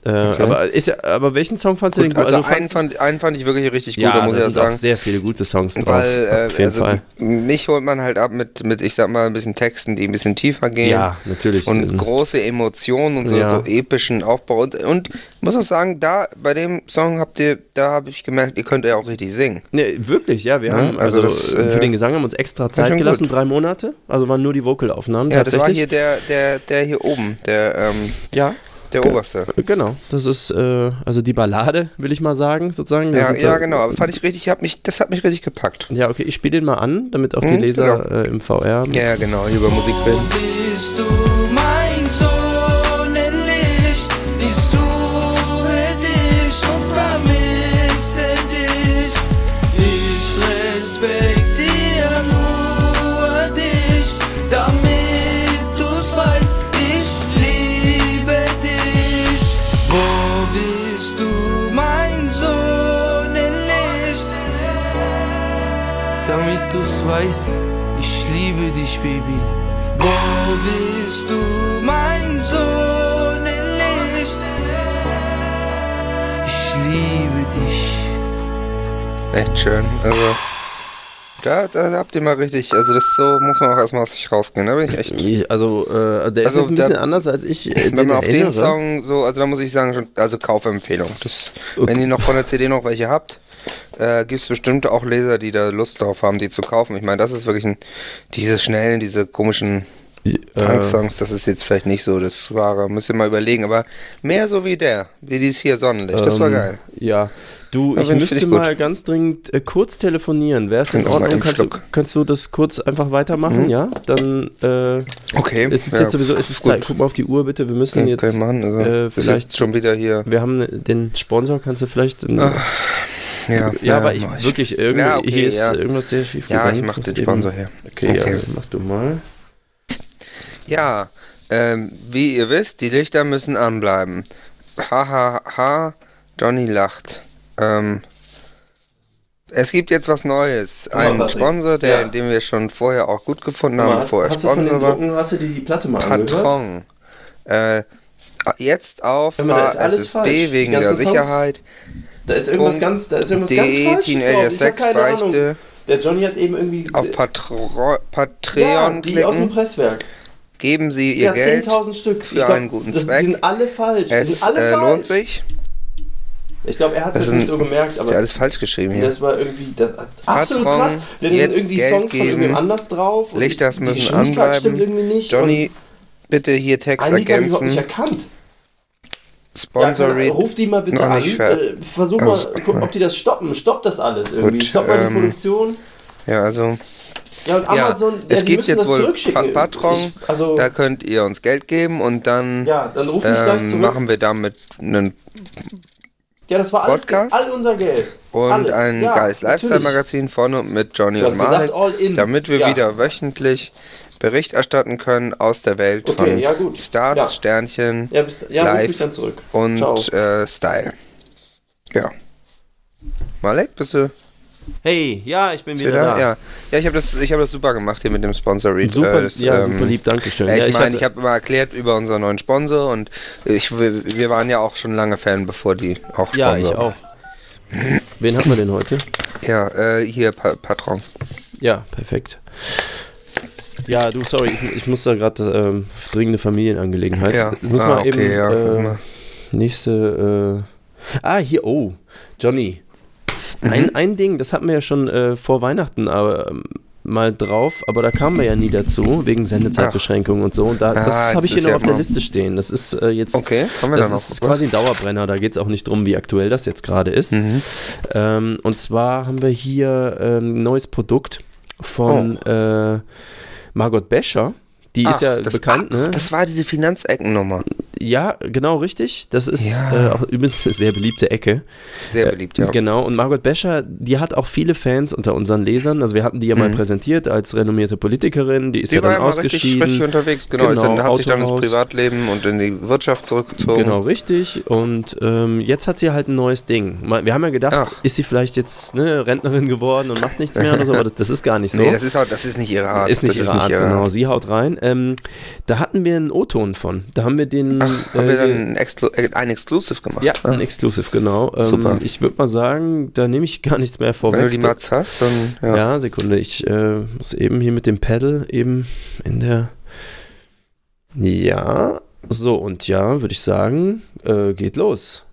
[SPEAKER 1] Äh, aber, ist ja, aber welchen Song fandst du denn
[SPEAKER 2] Gut,
[SPEAKER 1] gut?
[SPEAKER 2] also,
[SPEAKER 1] du
[SPEAKER 2] einen,
[SPEAKER 1] fandst-
[SPEAKER 2] fand, einen fand ich wirklich richtig gut,
[SPEAKER 1] ja,
[SPEAKER 2] da muss ich
[SPEAKER 1] da
[SPEAKER 2] ja
[SPEAKER 1] sind auch
[SPEAKER 2] sagen.
[SPEAKER 1] sehr viele gute Songs drauf.
[SPEAKER 2] Weil, äh,
[SPEAKER 1] auf jeden
[SPEAKER 2] also,
[SPEAKER 1] Fall.
[SPEAKER 2] mich holt man halt ab mit, mit, ich sag mal, ein bisschen Texten, die ein bisschen tiefer gehen.
[SPEAKER 1] Ja, natürlich. Mhm.
[SPEAKER 2] Und große Emotionen und so,
[SPEAKER 1] Ja.
[SPEAKER 2] so epischen Aufbau. Und, und muss auch sagen, da bei dem Song habt ihr, da habe ich gemerkt, ihr könnt ja auch richtig singen.
[SPEAKER 1] Nee, wirklich, ja. Wir
[SPEAKER 2] Ja,
[SPEAKER 1] haben also
[SPEAKER 2] also das,
[SPEAKER 1] äh, für
[SPEAKER 2] äh,
[SPEAKER 1] den Gesang haben wir uns extra
[SPEAKER 2] schon
[SPEAKER 1] Zeit gelassen,
[SPEAKER 2] gut.
[SPEAKER 1] drei Monate. Also waren nur die Vocalaufnahmen
[SPEAKER 2] Ja, das war
[SPEAKER 1] tatsächlich.
[SPEAKER 2] hier der, der, der hier oben, der, ähm,
[SPEAKER 1] ja,
[SPEAKER 2] der
[SPEAKER 1] Ge-
[SPEAKER 2] oberste.
[SPEAKER 1] genau. Das ist äh, also die Ballade, will ich mal sagen, sozusagen. Da
[SPEAKER 2] Ja,
[SPEAKER 1] sind
[SPEAKER 2] ja,
[SPEAKER 1] da-
[SPEAKER 2] genau. Aber fand ich richtig, hab mich, das hat mich richtig gepackt.
[SPEAKER 1] Ja, okay, ich spiele den mal an, damit auch die
[SPEAKER 2] Mhm,
[SPEAKER 1] Leser äh, im VR.
[SPEAKER 2] Ja, ja, genau, hier über Musik reden.
[SPEAKER 4] Bist du mein Sonnenlicht? Ich suche dich und vermisse dich. Ich respektiere nur dich, damit du's weißt, ich liebe dich. Wo bist du mein Sonnenlicht? damit du's weißt, ich liebe dich, Baby. Wo bist du, mein Sonnenlicht? Ich liebe dich.
[SPEAKER 2] Echt schön. Also, da, da habt ihr mal richtig, also das so muss man auch erstmal aus sich rausgehen. Da bin ich echt.
[SPEAKER 1] Also, äh, der
[SPEAKER 2] Also,
[SPEAKER 1] ist jetzt ein
[SPEAKER 2] da-
[SPEAKER 1] bisschen anders, als ich. Äh,
[SPEAKER 2] Wenn man auf
[SPEAKER 1] erinnere.
[SPEAKER 2] den Song so, also da muss ich sagen, schon- also Kaufempfehlung. Das,
[SPEAKER 1] Okay.
[SPEAKER 2] Wenn ihr noch von der CD noch welche habt, äh, gibt es bestimmt auch Leser, die da Lust drauf haben, die zu kaufen. Ich meine, das ist wirklich ein, diese schnellen, diese komischen
[SPEAKER 1] äh,
[SPEAKER 2] Punk-Songs, das ist jetzt vielleicht nicht so das Wahre. Müsst ihr mal überlegen, aber mehr so wie der, wie dieses hier Sonnenlicht. Das war
[SPEAKER 1] ähm,
[SPEAKER 2] geil.
[SPEAKER 1] Ja. Du,
[SPEAKER 2] Ja,
[SPEAKER 1] ich
[SPEAKER 2] finde ich-
[SPEAKER 1] müsste
[SPEAKER 2] finde ich
[SPEAKER 1] mal ganz dringend äh, kurz telefonieren. Wäre es in
[SPEAKER 2] Trink noch mal
[SPEAKER 1] Ordnung?
[SPEAKER 2] einen
[SPEAKER 1] Kannst du,
[SPEAKER 2] Schluck.
[SPEAKER 1] kannst du das kurz einfach weitermachen, ja? Dann äh,
[SPEAKER 2] Okay.
[SPEAKER 1] ist es
[SPEAKER 2] ja,
[SPEAKER 1] jetzt sowieso, ist es
[SPEAKER 2] gut.
[SPEAKER 1] Zeit. Guck mal auf die Uhr bitte, wir müssen
[SPEAKER 2] Kann-
[SPEAKER 1] jetzt.
[SPEAKER 2] kann ich machen, also,
[SPEAKER 1] äh,
[SPEAKER 2] ist
[SPEAKER 1] vielleicht-
[SPEAKER 2] jetzt schon wieder hier.
[SPEAKER 1] Wir haben ne- den Sponsor, kannst du vielleicht. äh, in-
[SPEAKER 2] Ja,
[SPEAKER 1] ja, aber ich
[SPEAKER 2] mach
[SPEAKER 1] wirklich, irgendwie,
[SPEAKER 2] Ja, okay,
[SPEAKER 1] hier ist äh,
[SPEAKER 2] ja.
[SPEAKER 1] irgendwas sehr schief
[SPEAKER 2] Ja,
[SPEAKER 1] gegangen.
[SPEAKER 2] ich mach
[SPEAKER 1] Muss
[SPEAKER 2] den
[SPEAKER 1] eben-
[SPEAKER 2] Sponsor her.
[SPEAKER 1] Okay,
[SPEAKER 2] Okay.
[SPEAKER 1] Ja, mach du mal.
[SPEAKER 2] Ja, ähm, wie ihr wisst, die Lichter müssen anbleiben. Ha, ha, ha, Johnny lacht. Ähm, es gibt jetzt was Neues.
[SPEAKER 1] mal,
[SPEAKER 2] Einen
[SPEAKER 1] Patrick.
[SPEAKER 2] Sponsor, der,
[SPEAKER 1] Ja.
[SPEAKER 2] den wir schon vorher auch gut gefunden haben,
[SPEAKER 1] Hast,
[SPEAKER 2] bevor er
[SPEAKER 1] hast, du von den
[SPEAKER 2] Sponsor war.
[SPEAKER 1] Drucken, hast du dir die Platte mal angehört?
[SPEAKER 2] Patron. Äh, jetzt auf
[SPEAKER 1] Hör mal, da ist alles falsch.
[SPEAKER 2] HSSB wegen
[SPEAKER 1] Die
[SPEAKER 2] der
[SPEAKER 1] ganzen Songs.
[SPEAKER 2] Sicherheit. E
[SPEAKER 1] Da ist irgendwas ganz, da ist irgendwas ganz
[SPEAKER 2] DE
[SPEAKER 1] falsches
[SPEAKER 2] Teenager
[SPEAKER 1] drauf. Ich hab
[SPEAKER 2] Sex
[SPEAKER 1] keine Ahnung.
[SPEAKER 2] Beichte.
[SPEAKER 1] Der Johnny hat eben irgendwie äh,
[SPEAKER 2] Auf Patro Patreon
[SPEAKER 1] ja, die aus dem
[SPEAKER 2] klicken.
[SPEAKER 1] Presswerk.
[SPEAKER 2] Geben Sie Ihr
[SPEAKER 1] Ja,
[SPEAKER 2] Geld.
[SPEAKER 1] 10.000 Stück.
[SPEAKER 2] für
[SPEAKER 1] ich
[SPEAKER 2] einen guten
[SPEAKER 1] das,
[SPEAKER 2] Zweck.
[SPEAKER 1] Die sind alle falsch. die
[SPEAKER 2] Es
[SPEAKER 1] sind alle
[SPEAKER 2] äh,
[SPEAKER 1] falsch.
[SPEAKER 2] lohnt sich.
[SPEAKER 1] Ich glaube, er hat
[SPEAKER 2] Das
[SPEAKER 1] es nicht
[SPEAKER 2] sind-
[SPEAKER 1] so gemerkt,
[SPEAKER 2] Ist ja
[SPEAKER 1] aber
[SPEAKER 2] alles falsch geschrieben hier.
[SPEAKER 1] das war irgendwie das, absolut
[SPEAKER 2] Patron,
[SPEAKER 1] krass. Da sind
[SPEAKER 2] jetzt
[SPEAKER 1] irgendwie
[SPEAKER 2] Geld
[SPEAKER 1] Songs von
[SPEAKER 2] geben.
[SPEAKER 1] irgendwem anders drauf. und
[SPEAKER 2] Lichters
[SPEAKER 1] die
[SPEAKER 2] müssen
[SPEAKER 1] Geschwindigkeit
[SPEAKER 2] anbleiben.
[SPEAKER 1] stimmt irgendwie nicht.
[SPEAKER 2] Johnny, bitte hier
[SPEAKER 1] und
[SPEAKER 2] Text
[SPEAKER 1] ein Lied habe ich überhaupt nicht
[SPEAKER 2] ergänzen.
[SPEAKER 1] erkannt. Ja, keine
[SPEAKER 2] Sponsory.
[SPEAKER 1] Ahnung, ruf die mal bitte
[SPEAKER 2] noch
[SPEAKER 1] an.
[SPEAKER 2] nicht fertig.
[SPEAKER 1] Äh, versuch mal,
[SPEAKER 2] Also,
[SPEAKER 1] guck, ob die das stoppen. Stoppt das alles irgendwie.
[SPEAKER 2] Gut,
[SPEAKER 1] Stoppt mal die
[SPEAKER 2] ähm,
[SPEAKER 1] Produktion.
[SPEAKER 2] ja, also
[SPEAKER 1] Ja, und
[SPEAKER 2] ja,
[SPEAKER 1] Amazon, ja,
[SPEAKER 2] es
[SPEAKER 1] die
[SPEAKER 2] gibt
[SPEAKER 1] müssen
[SPEAKER 2] jetzt
[SPEAKER 1] das
[SPEAKER 2] wohl Pa-
[SPEAKER 1] zurückschicken.
[SPEAKER 2] Patron,
[SPEAKER 1] Ich, also,
[SPEAKER 2] da könnt ihr uns Geld geben und dann
[SPEAKER 1] ja, dann ruf mich gleich
[SPEAKER 2] ähm,
[SPEAKER 1] zurück.
[SPEAKER 2] machen wir damit einen
[SPEAKER 1] ja, das war alles,
[SPEAKER 2] Podcast
[SPEAKER 1] all unser Geld.
[SPEAKER 2] und
[SPEAKER 1] alles.
[SPEAKER 2] ein
[SPEAKER 1] ja,
[SPEAKER 2] geiles Lifestyle
[SPEAKER 1] natürlich.
[SPEAKER 2] Magazin von und mit Johnny
[SPEAKER 1] Du
[SPEAKER 2] und
[SPEAKER 1] hast gesagt,
[SPEAKER 2] Marek,
[SPEAKER 1] all in.
[SPEAKER 2] damit wir
[SPEAKER 1] Ja.
[SPEAKER 2] wieder wöchentlich Bericht erstatten können aus der Welt
[SPEAKER 1] Okay,
[SPEAKER 2] von
[SPEAKER 1] ja, gut.
[SPEAKER 2] Stars,
[SPEAKER 1] Ja.
[SPEAKER 2] Sternchen
[SPEAKER 1] Ja, bis, ja ruf mich
[SPEAKER 2] Live
[SPEAKER 1] dann zurück. Ciao.
[SPEAKER 2] und äh, Style. Ja. Malek, bist du
[SPEAKER 1] Hey, ja, ich bin wieder,
[SPEAKER 2] Twitter?
[SPEAKER 1] da.
[SPEAKER 2] Ja, ja ich habe das, ich hab das super gemacht hier mit dem Sponsor Read.
[SPEAKER 1] Super,
[SPEAKER 2] äh, das,
[SPEAKER 1] ja,
[SPEAKER 2] ähm,
[SPEAKER 1] super lieb, Dankeschön.
[SPEAKER 2] Ja, ich
[SPEAKER 1] ja,
[SPEAKER 2] meine,
[SPEAKER 1] hatte-
[SPEAKER 2] ich habe immer erklärt über unseren neuen Sponsor und ich, wir wir waren ja auch schon lange Fan, bevor die auch Sponsor
[SPEAKER 1] ja, ich auch. Wen haben wir denn heute?
[SPEAKER 2] Ja, äh, hier pa Patron.
[SPEAKER 1] Ja, perfekt. Ja, du, sorry, ich, ich muss da gerade ähm, dringende Familienangelegenheit.
[SPEAKER 2] Ja,
[SPEAKER 1] Ich muss
[SPEAKER 2] ah,
[SPEAKER 1] mal
[SPEAKER 2] okay,
[SPEAKER 1] eben
[SPEAKER 2] ja, guck
[SPEAKER 1] äh,
[SPEAKER 2] mal.
[SPEAKER 1] nächste. Äh, ah, hier, oh, Johnny.
[SPEAKER 2] Mhm.
[SPEAKER 1] Ein, ein Ding, das hatten wir ja schon äh, vor Weihnachten aber, ähm, mal drauf, aber da kamen wir ja nie dazu, wegen Sendezeitbeschränkungen und so. Und da, das
[SPEAKER 2] Ah, jetzt
[SPEAKER 1] habe ich hier
[SPEAKER 2] ist
[SPEAKER 1] noch
[SPEAKER 2] ja
[SPEAKER 1] auf der
[SPEAKER 2] mal-
[SPEAKER 1] Liste stehen. Das ist äh, jetzt.
[SPEAKER 2] Okay, kommen wir
[SPEAKER 1] das
[SPEAKER 2] da noch.
[SPEAKER 1] ist quasi Mhm. ein Dauerbrenner, da geht es auch nicht drum, wie aktuell das jetzt gerade ist.
[SPEAKER 2] Mhm.
[SPEAKER 1] Ähm, und zwar haben wir hier ähm, ein neues Produkt von äh, Margot Bescher. Die ist
[SPEAKER 2] Oh. Ach,
[SPEAKER 1] ja
[SPEAKER 2] das-
[SPEAKER 1] bekannt,
[SPEAKER 2] ah,
[SPEAKER 1] ne?
[SPEAKER 2] Das war diese Finanzeckennummer.
[SPEAKER 1] ja, genau richtig. Das ist
[SPEAKER 2] Ja.
[SPEAKER 1] äh, auch übrigens eine sehr beliebte Ecke.
[SPEAKER 2] Sehr beliebt, ja.
[SPEAKER 1] Genau, und Margot Bescher, die hat auch viele Fans unter unseren Lesern. Also wir hatten die ja mal präsentiert als renommierte Politikerin, die ist ja
[SPEAKER 2] Mhm. Die war
[SPEAKER 1] dann
[SPEAKER 2] immer richtig,
[SPEAKER 1] ausgeschieden.
[SPEAKER 2] richtig unterwegs, genau.
[SPEAKER 1] Genau,
[SPEAKER 2] ist dann, hat sich dann ins
[SPEAKER 1] Autohaus.
[SPEAKER 2] Privatleben und in die Wirtschaft zurückgezogen.
[SPEAKER 1] Genau, richtig. Und ähm, jetzt hat sie halt ein neues Ding. Mal- Wir haben ja gedacht,
[SPEAKER 2] Ach.
[SPEAKER 1] ist sie vielleicht jetzt ne, Rentnerin geworden und macht nichts mehr oder so, aber das, das ist gar nicht so.
[SPEAKER 2] Nee, das ist, auch, das ist nicht ihre Art.
[SPEAKER 1] ist nicht genau.
[SPEAKER 2] das
[SPEAKER 1] ihre Art, genau. Sie haut rein. Ähm, da hatten wir einen O-Ton von. Da haben wir den haben.
[SPEAKER 2] Habt
[SPEAKER 1] äh,
[SPEAKER 2] ihr dann
[SPEAKER 1] hier-
[SPEAKER 2] ein, Exclu äh, ein Exclusive gemacht?
[SPEAKER 1] ja, ein Exclusive, genau. Ähm,
[SPEAKER 2] Super.
[SPEAKER 1] Ich würde mal sagen, da nehme ich gar nichts mehr vorweg.
[SPEAKER 2] Wenn du die Mats hast, dann ja.
[SPEAKER 1] ja. Sekunde, ich äh, muss eben hier mit dem Pedal eben in der. Ja, so und ja, würde ich sagen, äh, geht los.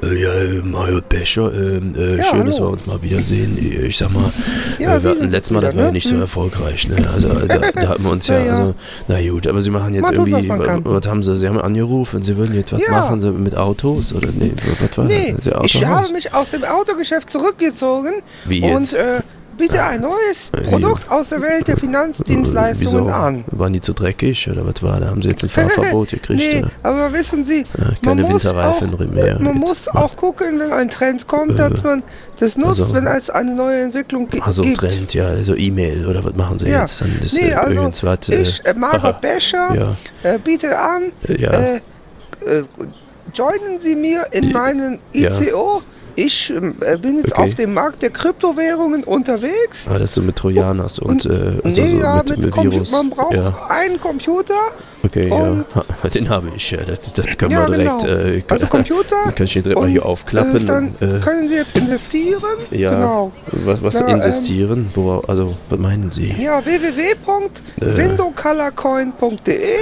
[SPEAKER 1] Ja, äh, Mario Becher, ähm, äh,
[SPEAKER 2] Ja,
[SPEAKER 1] schön, dass wir
[SPEAKER 2] hallo.
[SPEAKER 1] uns mal wiedersehen. Ich sag mal,
[SPEAKER 2] Ja,
[SPEAKER 1] äh, wir
[SPEAKER 2] Sie
[SPEAKER 1] hatten
[SPEAKER 2] sind
[SPEAKER 1] letztes Mal,
[SPEAKER 2] wieder,
[SPEAKER 1] das war ja
[SPEAKER 2] ne?
[SPEAKER 1] nicht so
[SPEAKER 2] Hm.
[SPEAKER 1] erfolgreich. Ne? Also da, da hatten wir uns ja,
[SPEAKER 2] Na ja.
[SPEAKER 1] also, na gut, aber sie machen jetzt
[SPEAKER 2] Man tut, was
[SPEAKER 1] irgendwie,
[SPEAKER 2] man
[SPEAKER 1] wa-
[SPEAKER 2] kann.
[SPEAKER 1] was haben sie, sie haben angerufen, sie würden jetzt was
[SPEAKER 2] Ja.
[SPEAKER 1] machen so mit Autos oder nee, was war
[SPEAKER 5] Nee,
[SPEAKER 1] das? Ihr
[SPEAKER 5] ich
[SPEAKER 1] Autohaus?
[SPEAKER 5] habe mich aus dem Autogeschäft zurückgezogen
[SPEAKER 1] Wie jetzt?
[SPEAKER 5] und äh, biete ein neues
[SPEAKER 1] Äh,
[SPEAKER 5] Produkt aus der Welt der
[SPEAKER 1] Wieso?
[SPEAKER 5] Finanzdienstleistungen an.
[SPEAKER 1] Waren die zu dreckig oder was war da? Haben sie jetzt ein Fahrverbot gekriegt?
[SPEAKER 5] nee,
[SPEAKER 1] oder?
[SPEAKER 5] aber wissen Sie,
[SPEAKER 1] Ja,
[SPEAKER 5] man
[SPEAKER 1] keine
[SPEAKER 5] muss
[SPEAKER 1] Winterreifen
[SPEAKER 5] auch,
[SPEAKER 1] mehr.
[SPEAKER 5] man
[SPEAKER 1] Jetzt-
[SPEAKER 5] muss auch gucken, wenn ein Trend kommt, dass man das nutzt,
[SPEAKER 1] Äh, also-
[SPEAKER 5] wenn es eine neue Entwicklung gi-
[SPEAKER 1] Also
[SPEAKER 5] gibt.
[SPEAKER 1] Trend, ja, also E-Mail oder was machen sie
[SPEAKER 5] Ja.
[SPEAKER 1] jetzt? Dann ist
[SPEAKER 5] Nee,
[SPEAKER 1] äh,
[SPEAKER 5] also
[SPEAKER 1] irgendwas, äh,
[SPEAKER 5] ich, äh,
[SPEAKER 1] aha.
[SPEAKER 5] Margot Becher,
[SPEAKER 1] Ja.
[SPEAKER 5] äh, biete an,
[SPEAKER 1] Äh, ja.
[SPEAKER 5] äh, äh, joinen Sie mir in meinen
[SPEAKER 1] ja.
[SPEAKER 5] ICO. Ich äh, bin jetzt
[SPEAKER 1] Okay.
[SPEAKER 5] auf dem Markt der Kryptowährungen unterwegs.
[SPEAKER 1] Ah, das so mit Trojaners und, äh, also
[SPEAKER 5] nee,
[SPEAKER 1] so
[SPEAKER 5] ja,
[SPEAKER 1] mit,
[SPEAKER 5] mit,
[SPEAKER 1] mit
[SPEAKER 5] Compu-
[SPEAKER 1] Virus.
[SPEAKER 5] Man braucht
[SPEAKER 1] ja,
[SPEAKER 5] einen Computer.
[SPEAKER 1] okay, ja.
[SPEAKER 5] und-
[SPEAKER 1] Ha, Den habe ich, ja. Das, das können
[SPEAKER 5] Ja,
[SPEAKER 1] wir direkt.
[SPEAKER 5] genau.
[SPEAKER 1] Äh,
[SPEAKER 5] Also Computer.
[SPEAKER 1] Dann kann ich den direkt mal
[SPEAKER 5] und,
[SPEAKER 1] hier aufklappen.
[SPEAKER 5] Äh, dann
[SPEAKER 1] und, äh,
[SPEAKER 5] können Sie jetzt investieren.
[SPEAKER 1] ja,
[SPEAKER 5] Genau.
[SPEAKER 1] was, was
[SPEAKER 5] Na, ähm,
[SPEAKER 1] insistieren? Wo, also, was meinen Sie?
[SPEAKER 5] Ja, www.windowcolorcoin.de.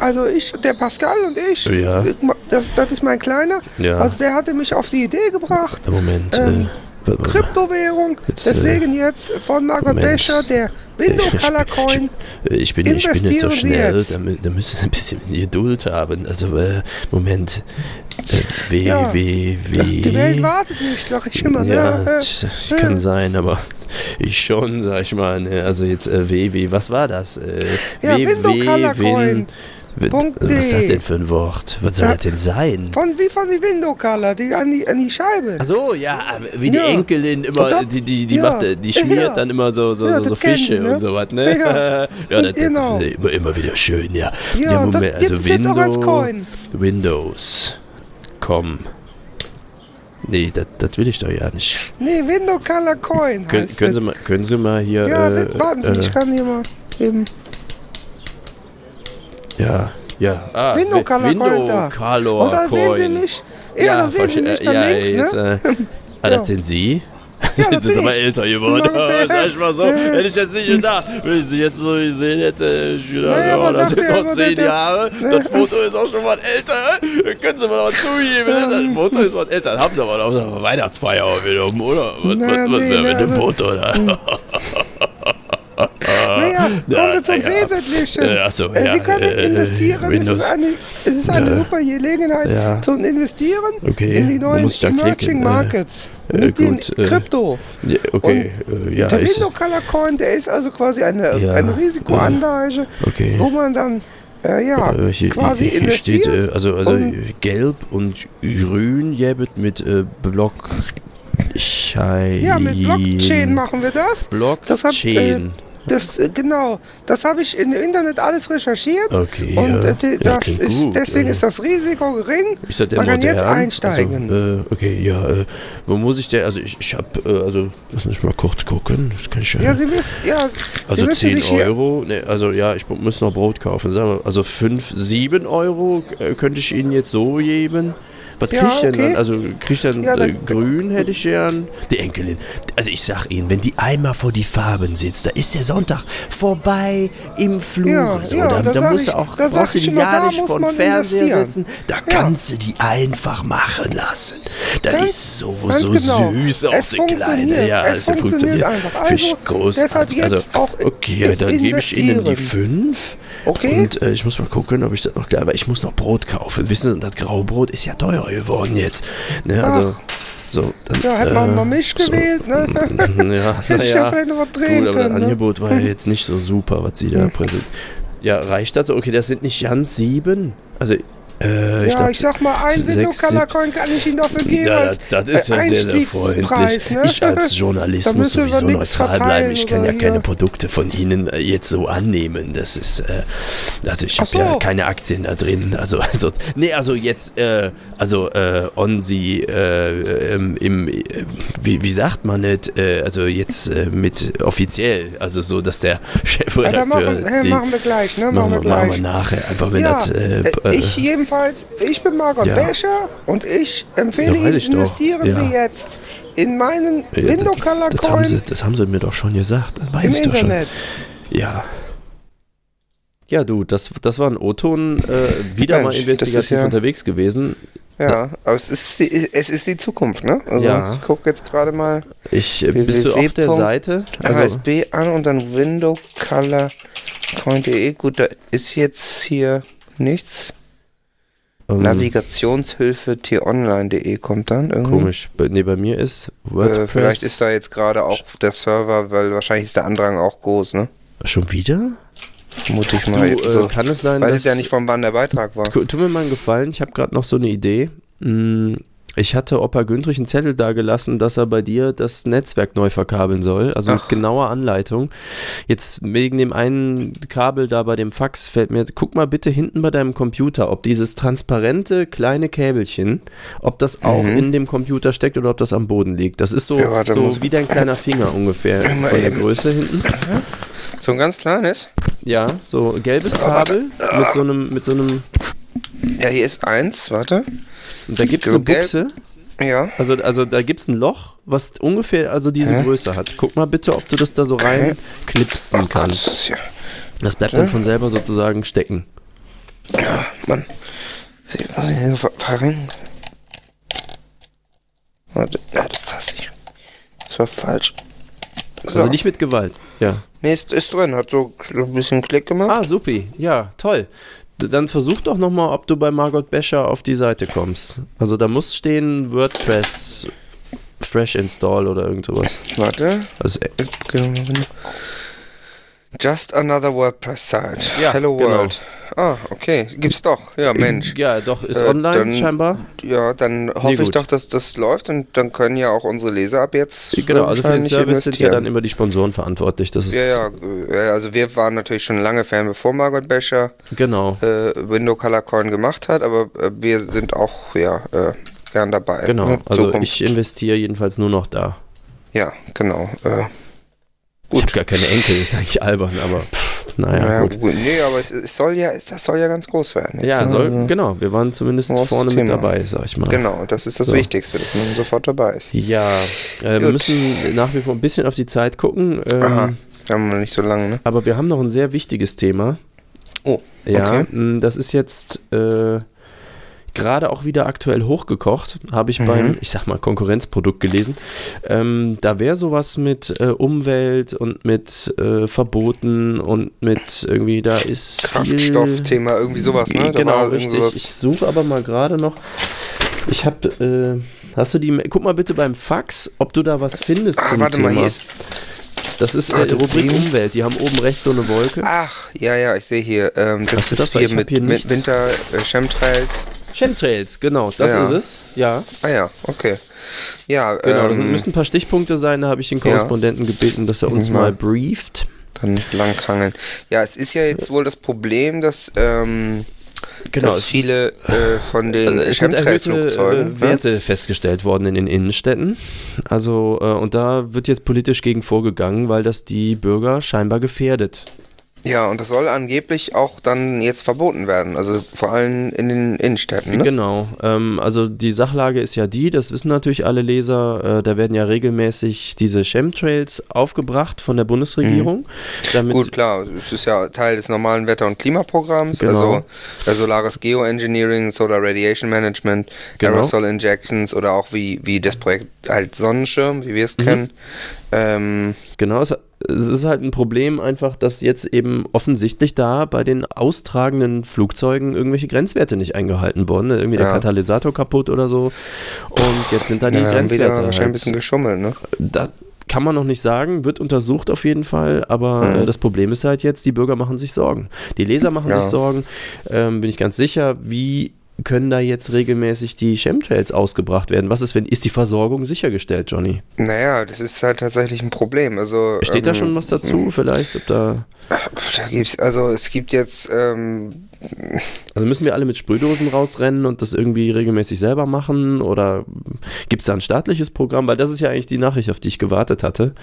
[SPEAKER 5] Also ich, der Pascal und ich,
[SPEAKER 1] Hm. Ja.
[SPEAKER 5] ich ma- das, das ist mein Kleiner.
[SPEAKER 1] Ja.
[SPEAKER 5] Also der hatte mich auf die Idee gebracht.
[SPEAKER 1] Moment,
[SPEAKER 5] ähm,
[SPEAKER 1] äh, wa- wa-
[SPEAKER 5] Kryptowährung.
[SPEAKER 1] Jetzt, äh,
[SPEAKER 5] Deswegen jetzt von Margot
[SPEAKER 1] Moment.
[SPEAKER 5] Becher, der
[SPEAKER 1] Ich- ich-
[SPEAKER 5] Window-Color-Coin.
[SPEAKER 1] Ich, ich, bin, ich bin jetzt so
[SPEAKER 5] Investieren Sie
[SPEAKER 1] schnell,
[SPEAKER 5] jetzt.
[SPEAKER 1] da, mü- da müssen Sie ein bisschen Geduld haben. Also, äh, Moment. Äh, w, W,
[SPEAKER 5] Ja. Die Welt
[SPEAKER 1] W.
[SPEAKER 5] wartet nicht, sag ich immer. ne?
[SPEAKER 1] eh Ja,
[SPEAKER 5] Äh,
[SPEAKER 1] tsch, kann sein, aber ich schon, sag ich mal. ne? Also jetzt äh, W, W, was war das? Äh,
[SPEAKER 5] Ja,
[SPEAKER 1] w,
[SPEAKER 5] Window Color
[SPEAKER 1] Win-
[SPEAKER 5] Coin.
[SPEAKER 1] Win-
[SPEAKER 5] Punkt
[SPEAKER 1] Was ist das
[SPEAKER 5] D.
[SPEAKER 1] denn für ein Wort? Was soll
[SPEAKER 5] Ja.
[SPEAKER 1] das denn sein?
[SPEAKER 5] Von wie von die Window Color, die an die, an die Scheibe.
[SPEAKER 1] Ach so, ja, äh, wie die
[SPEAKER 5] Ja.
[SPEAKER 1] Enkelin immer,
[SPEAKER 5] Und das-
[SPEAKER 1] die, die, die
[SPEAKER 5] ja.
[SPEAKER 1] macht, äh, die schmiert
[SPEAKER 5] Ja.
[SPEAKER 1] dann immer so, so,
[SPEAKER 5] Ja,
[SPEAKER 1] so, so
[SPEAKER 5] das kennen Sie,
[SPEAKER 1] Fische
[SPEAKER 5] ne?
[SPEAKER 1] und sowas, ne?
[SPEAKER 5] Ja.
[SPEAKER 1] das,
[SPEAKER 5] Genau.
[SPEAKER 1] das ist immer, immer wieder schön, ja. also
[SPEAKER 5] Ja, und das gibt es jetzt auch als Coin.
[SPEAKER 1] Windows, komm. Nee, das, das will ich doch ja nicht.
[SPEAKER 5] nee, Window Color Coin.
[SPEAKER 1] Können,
[SPEAKER 5] heißt
[SPEAKER 1] können,
[SPEAKER 5] das.
[SPEAKER 1] Sie mal, können Sie mal hier...
[SPEAKER 5] ja,
[SPEAKER 1] äh,
[SPEAKER 5] das- warten Sie,
[SPEAKER 1] äh,
[SPEAKER 5] ich kann hier mal eben.
[SPEAKER 1] äh, Ja, ja. Ah,
[SPEAKER 5] Window
[SPEAKER 1] Wi-
[SPEAKER 5] Color Coin da.
[SPEAKER 1] Window Color
[SPEAKER 5] Und da sehen Sie
[SPEAKER 1] Coin.
[SPEAKER 5] mich. Ja, da sehen Sie
[SPEAKER 1] verste-
[SPEAKER 5] mich
[SPEAKER 1] äh,
[SPEAKER 5] dann
[SPEAKER 1] ja,
[SPEAKER 5] links,
[SPEAKER 1] jetzt,
[SPEAKER 5] ne?
[SPEAKER 1] äh, ah,
[SPEAKER 5] Ja.
[SPEAKER 1] das sind Sie?
[SPEAKER 5] Ja,
[SPEAKER 1] jetzt
[SPEAKER 5] das
[SPEAKER 1] ist
[SPEAKER 5] bin
[SPEAKER 1] aber
[SPEAKER 5] ich.
[SPEAKER 1] älter geworden. Oh,
[SPEAKER 5] Mann,
[SPEAKER 1] Sag ich mal so,
[SPEAKER 5] äh,
[SPEAKER 1] hätte ich jetzt nicht gedacht, wenn ich sie jetzt so gesehen hätte, ich gedacht,
[SPEAKER 5] Naja,
[SPEAKER 1] ja,
[SPEAKER 5] man
[SPEAKER 1] das
[SPEAKER 5] sagt
[SPEAKER 1] sind
[SPEAKER 5] ja
[SPEAKER 1] noch
[SPEAKER 5] immer,
[SPEAKER 1] zehn
[SPEAKER 5] dass-
[SPEAKER 1] Jahre, das Foto ist auch schon mal älter, können Sie mal was zugeben, ne? das Foto ist was älter, haben Sie aber noch eine Weihnachtsfeier wiederum, oder? Was,
[SPEAKER 5] Na,
[SPEAKER 1] was, was
[SPEAKER 5] nee,
[SPEAKER 1] wäre mit
[SPEAKER 5] ne,
[SPEAKER 1] dem
[SPEAKER 5] also-
[SPEAKER 1] Foto da?
[SPEAKER 5] Naja, Ah kommen
[SPEAKER 1] ja,
[SPEAKER 5] wir zum
[SPEAKER 1] ja.
[SPEAKER 5] Wesentlichen.
[SPEAKER 1] Äh, ach so,
[SPEAKER 5] Äh,
[SPEAKER 1] ja,
[SPEAKER 5] Sie können
[SPEAKER 1] äh,
[SPEAKER 5] investieren.
[SPEAKER 1] Windows.
[SPEAKER 5] Es ist eine, es ist eine
[SPEAKER 1] Ja.
[SPEAKER 5] super Gelegenheit
[SPEAKER 1] Ja.
[SPEAKER 5] zum Investieren
[SPEAKER 1] Okay,
[SPEAKER 5] in die
[SPEAKER 1] wo
[SPEAKER 5] neuen
[SPEAKER 1] muss ich da
[SPEAKER 5] Emerging
[SPEAKER 1] klicken? Äh,
[SPEAKER 5] Markets.
[SPEAKER 1] äh,
[SPEAKER 5] mit
[SPEAKER 1] gut, äh,
[SPEAKER 5] den Krypto.
[SPEAKER 1] Ja, okay, äh, ja,
[SPEAKER 5] der
[SPEAKER 1] ist,
[SPEAKER 5] Window Color Coin, der ist also quasi eine,
[SPEAKER 1] Ja,
[SPEAKER 5] eine Risikoanlage,
[SPEAKER 1] okay.
[SPEAKER 5] wo man dann äh, ja,
[SPEAKER 1] Äh, hier,
[SPEAKER 5] quasi
[SPEAKER 1] hier
[SPEAKER 5] investiert.
[SPEAKER 1] steht äh, also, also
[SPEAKER 5] und-
[SPEAKER 1] gelb und grün jäbet mit äh, Blockchain.
[SPEAKER 5] ja, mit Blockchain machen wir das. Das hat, äh,
[SPEAKER 1] Blockchain.
[SPEAKER 5] das, äh, genau, das habe ich im Internet alles recherchiert.
[SPEAKER 1] Okay,
[SPEAKER 5] Und
[SPEAKER 1] ja.
[SPEAKER 5] äh, die-
[SPEAKER 1] Ja,
[SPEAKER 5] das
[SPEAKER 1] klingt
[SPEAKER 5] ist,
[SPEAKER 1] gut,
[SPEAKER 5] deswegen
[SPEAKER 1] äh.
[SPEAKER 5] ist das Risiko gering.
[SPEAKER 1] Ist das denn
[SPEAKER 5] Man kann
[SPEAKER 1] modern?
[SPEAKER 5] jetzt einsteigen.
[SPEAKER 1] Also, äh, okay, ja. Äh, wo muss ich denn? Also ich, ich habe, äh, also lass mich mal kurz gucken. Das kann ich ja.
[SPEAKER 5] ja, Sie müssen, ja, Sie
[SPEAKER 1] also
[SPEAKER 5] müssen
[SPEAKER 1] 10
[SPEAKER 5] sich hier.
[SPEAKER 1] Euro, ne, also ja, ich muss noch Brot kaufen. Sagen wir, also 5, 7 Euro äh, könnte ich Ihnen jetzt so geben. Was
[SPEAKER 5] Ja,
[SPEAKER 1] krieg ich denn
[SPEAKER 5] okay.
[SPEAKER 1] dann? Also krieg ich dann,
[SPEAKER 5] Ja,
[SPEAKER 1] äh,
[SPEAKER 5] dann-
[SPEAKER 1] grün hätte ich gern. Die Enkelin. Also ich sag Ihnen, wenn die einmal vor die Farben sitzt, da ist der Sonntag vorbei im Flur.
[SPEAKER 5] Ja,
[SPEAKER 1] so,
[SPEAKER 5] ja,
[SPEAKER 1] dann,
[SPEAKER 5] da
[SPEAKER 1] dann
[SPEAKER 5] sag
[SPEAKER 1] musst du
[SPEAKER 5] ich-
[SPEAKER 1] auch,
[SPEAKER 5] da sag
[SPEAKER 1] brauchst du
[SPEAKER 5] ich
[SPEAKER 1] die
[SPEAKER 5] immer,
[SPEAKER 1] ja
[SPEAKER 5] da
[SPEAKER 1] nicht
[SPEAKER 5] muss
[SPEAKER 1] vor den
[SPEAKER 5] man
[SPEAKER 1] Fernseher
[SPEAKER 5] investieren.
[SPEAKER 1] setzen. Da kannst du die einfach machen lassen. Das
[SPEAKER 5] Ganz-
[SPEAKER 1] ist so,
[SPEAKER 5] ganz
[SPEAKER 1] Oh, so
[SPEAKER 5] genau.
[SPEAKER 1] süß auch
[SPEAKER 5] Es
[SPEAKER 1] die Kleine.
[SPEAKER 5] funktioniert.
[SPEAKER 1] Ja,
[SPEAKER 5] Es funktioniert einfach. Also,
[SPEAKER 1] Fisch
[SPEAKER 5] deshalb
[SPEAKER 1] großartig.
[SPEAKER 5] jetzt
[SPEAKER 1] Also,
[SPEAKER 5] auch in-
[SPEAKER 1] okay, dann gebe ich Ihnen die
[SPEAKER 5] investieren.
[SPEAKER 1] 5.
[SPEAKER 5] Okay.
[SPEAKER 1] Und äh, ich muss mal gucken, ob ich das noch klar, aber ich muss noch Brot kaufen. Wissen Sie, das graue Brot ist ja teurer geworden jetzt. Ne, also, so, dann,
[SPEAKER 5] Ja, hätte
[SPEAKER 1] Äh,
[SPEAKER 5] man mal mich gewählt, ne?
[SPEAKER 1] ja,
[SPEAKER 5] Hätte ich ja
[SPEAKER 1] naja.
[SPEAKER 5] vielleicht noch was drehen
[SPEAKER 1] Gut, aber
[SPEAKER 5] können,
[SPEAKER 1] das
[SPEAKER 5] ne? Hm.
[SPEAKER 1] Angebot war ja jetzt nicht so super, was sie da präsentiert. Ja, reicht das? Okay, das sind nicht ganz sieben. Also, Äh,
[SPEAKER 5] ja, ich sag mal, ein Windows-Color-Coin kann ich Ihnen dafür geben.
[SPEAKER 1] Ja,
[SPEAKER 5] als äh,
[SPEAKER 1] das, das ist ja sehr, sehr
[SPEAKER 5] Einstiegspreis, ne?
[SPEAKER 1] freundlich. Ich als Journalist
[SPEAKER 5] Da
[SPEAKER 1] muss
[SPEAKER 5] müssen wir
[SPEAKER 1] sowieso
[SPEAKER 5] nichts
[SPEAKER 1] neutral bleiben. Ich kann ja
[SPEAKER 5] verteilen
[SPEAKER 1] keine
[SPEAKER 5] oder
[SPEAKER 1] Produkte von Ihnen äh, jetzt so annehmen. Das ist, äh, also ich habe
[SPEAKER 5] Ach so.
[SPEAKER 1] ja keine Aktien da drin. Also, also, nee, also jetzt, äh, also äh, Onsi, äh, ähm, im, äh, wie, wie sagt man nicht, äh, also jetzt äh, mit offiziell, also so, dass der
[SPEAKER 5] hier. Ja,
[SPEAKER 1] Chefredakteur,
[SPEAKER 5] da machen, hä,
[SPEAKER 1] äh, die,
[SPEAKER 5] machen wir gleich, ne?
[SPEAKER 1] machen,
[SPEAKER 5] Machen wir
[SPEAKER 1] wir, machen wir
[SPEAKER 5] gleich.
[SPEAKER 1] nachher, einfach wenn
[SPEAKER 5] Ja,
[SPEAKER 1] das, äh,
[SPEAKER 5] äh,
[SPEAKER 1] äh,
[SPEAKER 5] ich jedenfalls, ich bin Margot
[SPEAKER 1] Ja.
[SPEAKER 5] Becher und ich empfehle
[SPEAKER 1] Ja, weiß
[SPEAKER 5] Ihnen,
[SPEAKER 1] ich doch.
[SPEAKER 5] investieren
[SPEAKER 1] Ja.
[SPEAKER 5] Sie jetzt in meinen
[SPEAKER 1] Ja,
[SPEAKER 5] Window
[SPEAKER 1] Äh, das-
[SPEAKER 5] Color
[SPEAKER 1] das haben, sie,
[SPEAKER 5] Coin
[SPEAKER 1] das haben sie mir doch schon gesagt. Das weiß
[SPEAKER 5] im
[SPEAKER 1] ich doch
[SPEAKER 5] Internet.
[SPEAKER 1] schon. Ja. Ja, du, das, das war ein O-Ton. Äh, wieder
[SPEAKER 2] Mensch,
[SPEAKER 1] mal
[SPEAKER 2] das
[SPEAKER 1] investigativ
[SPEAKER 2] ist ja-
[SPEAKER 1] unterwegs gewesen.
[SPEAKER 2] Ja, aber es ist die, es ist die Zukunft, ne? Also
[SPEAKER 1] Ja.
[SPEAKER 2] ich guck jetzt gerade mal
[SPEAKER 1] Ich äh, bist du auf der
[SPEAKER 2] www.
[SPEAKER 1] Seite. Also,
[SPEAKER 2] HSB an und dann windowcolor.de. Gut, da ist jetzt hier nichts.
[SPEAKER 1] ähm,
[SPEAKER 2] Navigationshilfe t-online.de kommt dann irgendwie.
[SPEAKER 1] komisch. Bei- Nee, bei mir ist
[SPEAKER 2] Äh,
[SPEAKER 1] WordPress.
[SPEAKER 2] vielleicht ist da jetzt gerade auch der Server, weil wahrscheinlich ist der Andrang auch groß, ne?
[SPEAKER 1] schon wieder?
[SPEAKER 2] Vermute ich
[SPEAKER 1] Du,
[SPEAKER 2] mal.
[SPEAKER 1] äh,
[SPEAKER 2] so.
[SPEAKER 1] kann es sein,
[SPEAKER 2] Weiß
[SPEAKER 1] dass
[SPEAKER 2] ich ja nicht, von wann der Beitrag war.
[SPEAKER 1] Tu tu mir mal einen Gefallen, ich habe gerade noch so eine Idee. Mm, Ich hatte Opa Güntrich einen Zettel dagelassen, dass er bei dir das Netzwerk neu verkabeln soll, also mit
[SPEAKER 2] Ach.
[SPEAKER 1] genauer Anleitung. Jetzt wegen dem einen Kabel da bei dem Fax fällt mir, guck mal bitte hinten bei deinem Computer, ob dieses transparente kleine Käbelchen, ob das auch in dem Computer steckt oder ob das am Boden liegt. Das ist so,
[SPEAKER 2] Mhm. Ja, warte, muss-
[SPEAKER 1] so wie dein kleiner Finger ungefähr
[SPEAKER 2] Mal
[SPEAKER 1] von der
[SPEAKER 2] eben.
[SPEAKER 1] Größe hinten.
[SPEAKER 2] So ein ganz kleines.
[SPEAKER 1] Ja, so gelbes Kabel mit so einem, mit so einem,
[SPEAKER 2] Ja, hier ist eins, warte.
[SPEAKER 1] und da gibt's
[SPEAKER 2] So
[SPEAKER 1] eine
[SPEAKER 2] gelb-
[SPEAKER 1] Buchse.
[SPEAKER 2] Ja.
[SPEAKER 1] Also, also da gibt es ein Loch, was ungefähr also diese
[SPEAKER 2] Hä? Oh
[SPEAKER 1] Größe hat. Guck mal bitte, ob du das da so rein klipsen
[SPEAKER 2] Gott,
[SPEAKER 1] kannst.
[SPEAKER 2] das ist ja.
[SPEAKER 1] Das bleibt dann von selber sozusagen stecken.
[SPEAKER 2] Mann. Sie- Muss ich hier so ver- verrenken? Warte. Ja, das passt nicht. Das war falsch. So.
[SPEAKER 1] Also nicht mit Gewalt. Ja.
[SPEAKER 2] Nee, ist, ist drin. Hat so so ein bisschen Klick gemacht.
[SPEAKER 1] Ah, supi. Ja, toll. D- Dann versuch doch nochmal, ob du bei Margot Becher auf die Seite kommst. Also da muss stehen WordPress Fresh Install oder irgend sowas.
[SPEAKER 2] Warte.
[SPEAKER 1] Also, äh,
[SPEAKER 2] Jetzt gehen wir mal rein. Just another WordPress site.
[SPEAKER 1] Ja,
[SPEAKER 2] Hello
[SPEAKER 1] genau.
[SPEAKER 2] World. Ah, okay. Gibt's doch. Ja, Mensch.
[SPEAKER 1] ja, doch, ist
[SPEAKER 2] Äh,
[SPEAKER 1] online
[SPEAKER 2] dann-
[SPEAKER 1] scheinbar.
[SPEAKER 2] Ja, dann hoffe ich
[SPEAKER 1] gut.
[SPEAKER 2] doch, dass das läuft und dann können ja auch unsere Leser ab jetzt.
[SPEAKER 1] Genau, also für den
[SPEAKER 2] wahrscheinlich
[SPEAKER 1] Service sind ja
[SPEAKER 2] investieren.
[SPEAKER 1] dann immer die Sponsoren verantwortlich. Das ist
[SPEAKER 2] Ja, ja, äh, also wir waren natürlich schon lange Fan, bevor Margot Becher
[SPEAKER 1] genau.
[SPEAKER 2] äh, Window Color Coin gemacht hat, aber äh, wir sind auch, ja, äh, gern dabei.
[SPEAKER 1] Genau,
[SPEAKER 2] Ne?
[SPEAKER 1] also
[SPEAKER 2] Zukunft.
[SPEAKER 1] ich investiere jedenfalls nur noch da.
[SPEAKER 2] Ja, genau. Äh,
[SPEAKER 1] Ich habe gar keine Enkel, ist eigentlich albern, aber pff, naja,
[SPEAKER 2] naja,
[SPEAKER 1] gut.
[SPEAKER 2] gut. Nee, aber es, es soll ja, es, das soll ja ganz groß werden. jetzt,
[SPEAKER 1] Ja,
[SPEAKER 2] ne?
[SPEAKER 1] soll, genau, wir waren zumindest
[SPEAKER 2] Großes
[SPEAKER 1] vorne mit
[SPEAKER 2] Thema.
[SPEAKER 1] dabei, sag ich mal.
[SPEAKER 2] Genau, das ist das
[SPEAKER 1] So.
[SPEAKER 2] Wichtigste, dass man sofort dabei ist.
[SPEAKER 1] Ja, äh, wir
[SPEAKER 2] Gut.
[SPEAKER 1] müssen nach wie vor ein bisschen auf die Zeit gucken,
[SPEAKER 2] Aha,
[SPEAKER 1] ähm,
[SPEAKER 2] haben wir nicht so lange, ne?
[SPEAKER 1] aber wir haben noch ein sehr wichtiges Thema.
[SPEAKER 2] Oh,
[SPEAKER 1] Ja,
[SPEAKER 2] okay.
[SPEAKER 1] mh, das ist jetzt äh, gerade auch wieder aktuell hochgekocht, habe ich
[SPEAKER 2] Mhm.
[SPEAKER 1] beim, ich sag mal, Konkurrenzprodukt gelesen. Ähm, da wäre sowas mit äh, Umwelt und mit äh, Verboten und mit irgendwie, da ist viel,
[SPEAKER 2] Kraftstoffthema, irgendwie sowas, ne? Da
[SPEAKER 1] Genau,
[SPEAKER 2] war
[SPEAKER 1] richtig.
[SPEAKER 2] irgendwas-
[SPEAKER 1] Ich suche aber mal gerade noch. Ich habe, äh, hast du die, guck mal bitte beim Fax, ob du da was findest
[SPEAKER 2] Ah,
[SPEAKER 1] zum
[SPEAKER 2] warte
[SPEAKER 1] Thema.
[SPEAKER 2] mal, hier ist.
[SPEAKER 1] das ist äh,
[SPEAKER 2] warte,
[SPEAKER 1] Rubrik
[SPEAKER 2] sieben. Ah.
[SPEAKER 1] Umwelt, die haben oben rechts so eine Wolke.
[SPEAKER 2] Ach, ja, ja, ich sehe hier. Ähm, das
[SPEAKER 1] Hast du
[SPEAKER 2] ist
[SPEAKER 1] das? Weil
[SPEAKER 2] hier
[SPEAKER 1] ich hab
[SPEAKER 2] mit,
[SPEAKER 1] hier nichts.
[SPEAKER 2] mit Winter äh, Chemtrails.
[SPEAKER 1] Chemtrails, genau, das
[SPEAKER 2] Ja.
[SPEAKER 1] ist es. Ja,
[SPEAKER 2] Ah ja, okay. Ja,
[SPEAKER 1] genau, das
[SPEAKER 2] ähm,
[SPEAKER 1] müssen ein paar Stichpunkte sein, da habe ich den Korrespondenten gebeten, dass er uns
[SPEAKER 2] Mhm.
[SPEAKER 1] mal brieft.
[SPEAKER 2] dann langhangeln. Ja, es ist ja jetzt wohl das Problem, dass, ähm,
[SPEAKER 1] Genau,
[SPEAKER 2] dass
[SPEAKER 1] es-
[SPEAKER 2] viele äh, ne? von den
[SPEAKER 1] Also es sind erhöhte
[SPEAKER 2] Chemtrail-Flugzeugen.
[SPEAKER 1] äh, Werte festgestellt worden in den Innenstädten. Also, äh, und da wird jetzt politisch gegen vorgegangen, weil das die Bürger scheinbar gefährdet.
[SPEAKER 2] ne? Ja, und das soll angeblich auch dann jetzt verboten werden. Also vor allem in den Innenstädten. Ne?
[SPEAKER 1] Genau. Ähm, also die Sachlage ist ja die, das wissen natürlich alle Leser, äh, da werden ja regelmäßig diese Chemtrails aufgebracht von der Bundesregierung. Damit,
[SPEAKER 2] Mhm. Gut, klar, es ist ja Teil des normalen Wetter- und Klimaprogramms,
[SPEAKER 1] Genau.
[SPEAKER 2] also äh, Solaris Geoengineering, Solar Radiation Management,
[SPEAKER 1] Genau.
[SPEAKER 2] Aerosol Injections oder auch wie, wie das Projekt halt Sonnenschirm, wie wir
[SPEAKER 1] Mhm.
[SPEAKER 2] es kennen. Ähm,
[SPEAKER 1] Genau, es, es ist halt ein Problem einfach, dass jetzt eben offensichtlich da bei den austragenden Flugzeugen irgendwelche Grenzwerte nicht eingehalten wurden. ne? Irgendwie der
[SPEAKER 2] Ja.
[SPEAKER 1] Katalysator kaputt oder so. Und jetzt sind da die
[SPEAKER 2] ja, haben wieder
[SPEAKER 1] Grenzwerte.
[SPEAKER 2] wahrscheinlich ein
[SPEAKER 1] halt.
[SPEAKER 2] bisschen geschummelt, ne?
[SPEAKER 1] Da kann man noch nicht sagen, wird untersucht auf jeden Fall, aber
[SPEAKER 2] Mhm.
[SPEAKER 1] äh, das Problem ist halt jetzt, die Bürger machen sich Sorgen. Die Leser machen
[SPEAKER 2] Ja.
[SPEAKER 1] sich Sorgen, ähm, bin ich ganz sicher, wie können da jetzt regelmäßig die Chemtrails ausgebracht werden? Was ist, wenn ist die Versorgung sichergestellt, Johnny?
[SPEAKER 2] Naja, das ist halt tatsächlich ein Problem. Also,
[SPEAKER 1] Steht da
[SPEAKER 2] ähm,
[SPEAKER 1] schon was dazu vielleicht, ob da
[SPEAKER 2] Da gibt's, also es gibt jetzt, ähm,
[SPEAKER 1] also müssen wir alle mit Sprühdosen rausrennen und das irgendwie regelmäßig selber machen oder gibt es da ein staatliches Programm, weil das ist ja eigentlich die Nachricht, auf die ich gewartet hatte.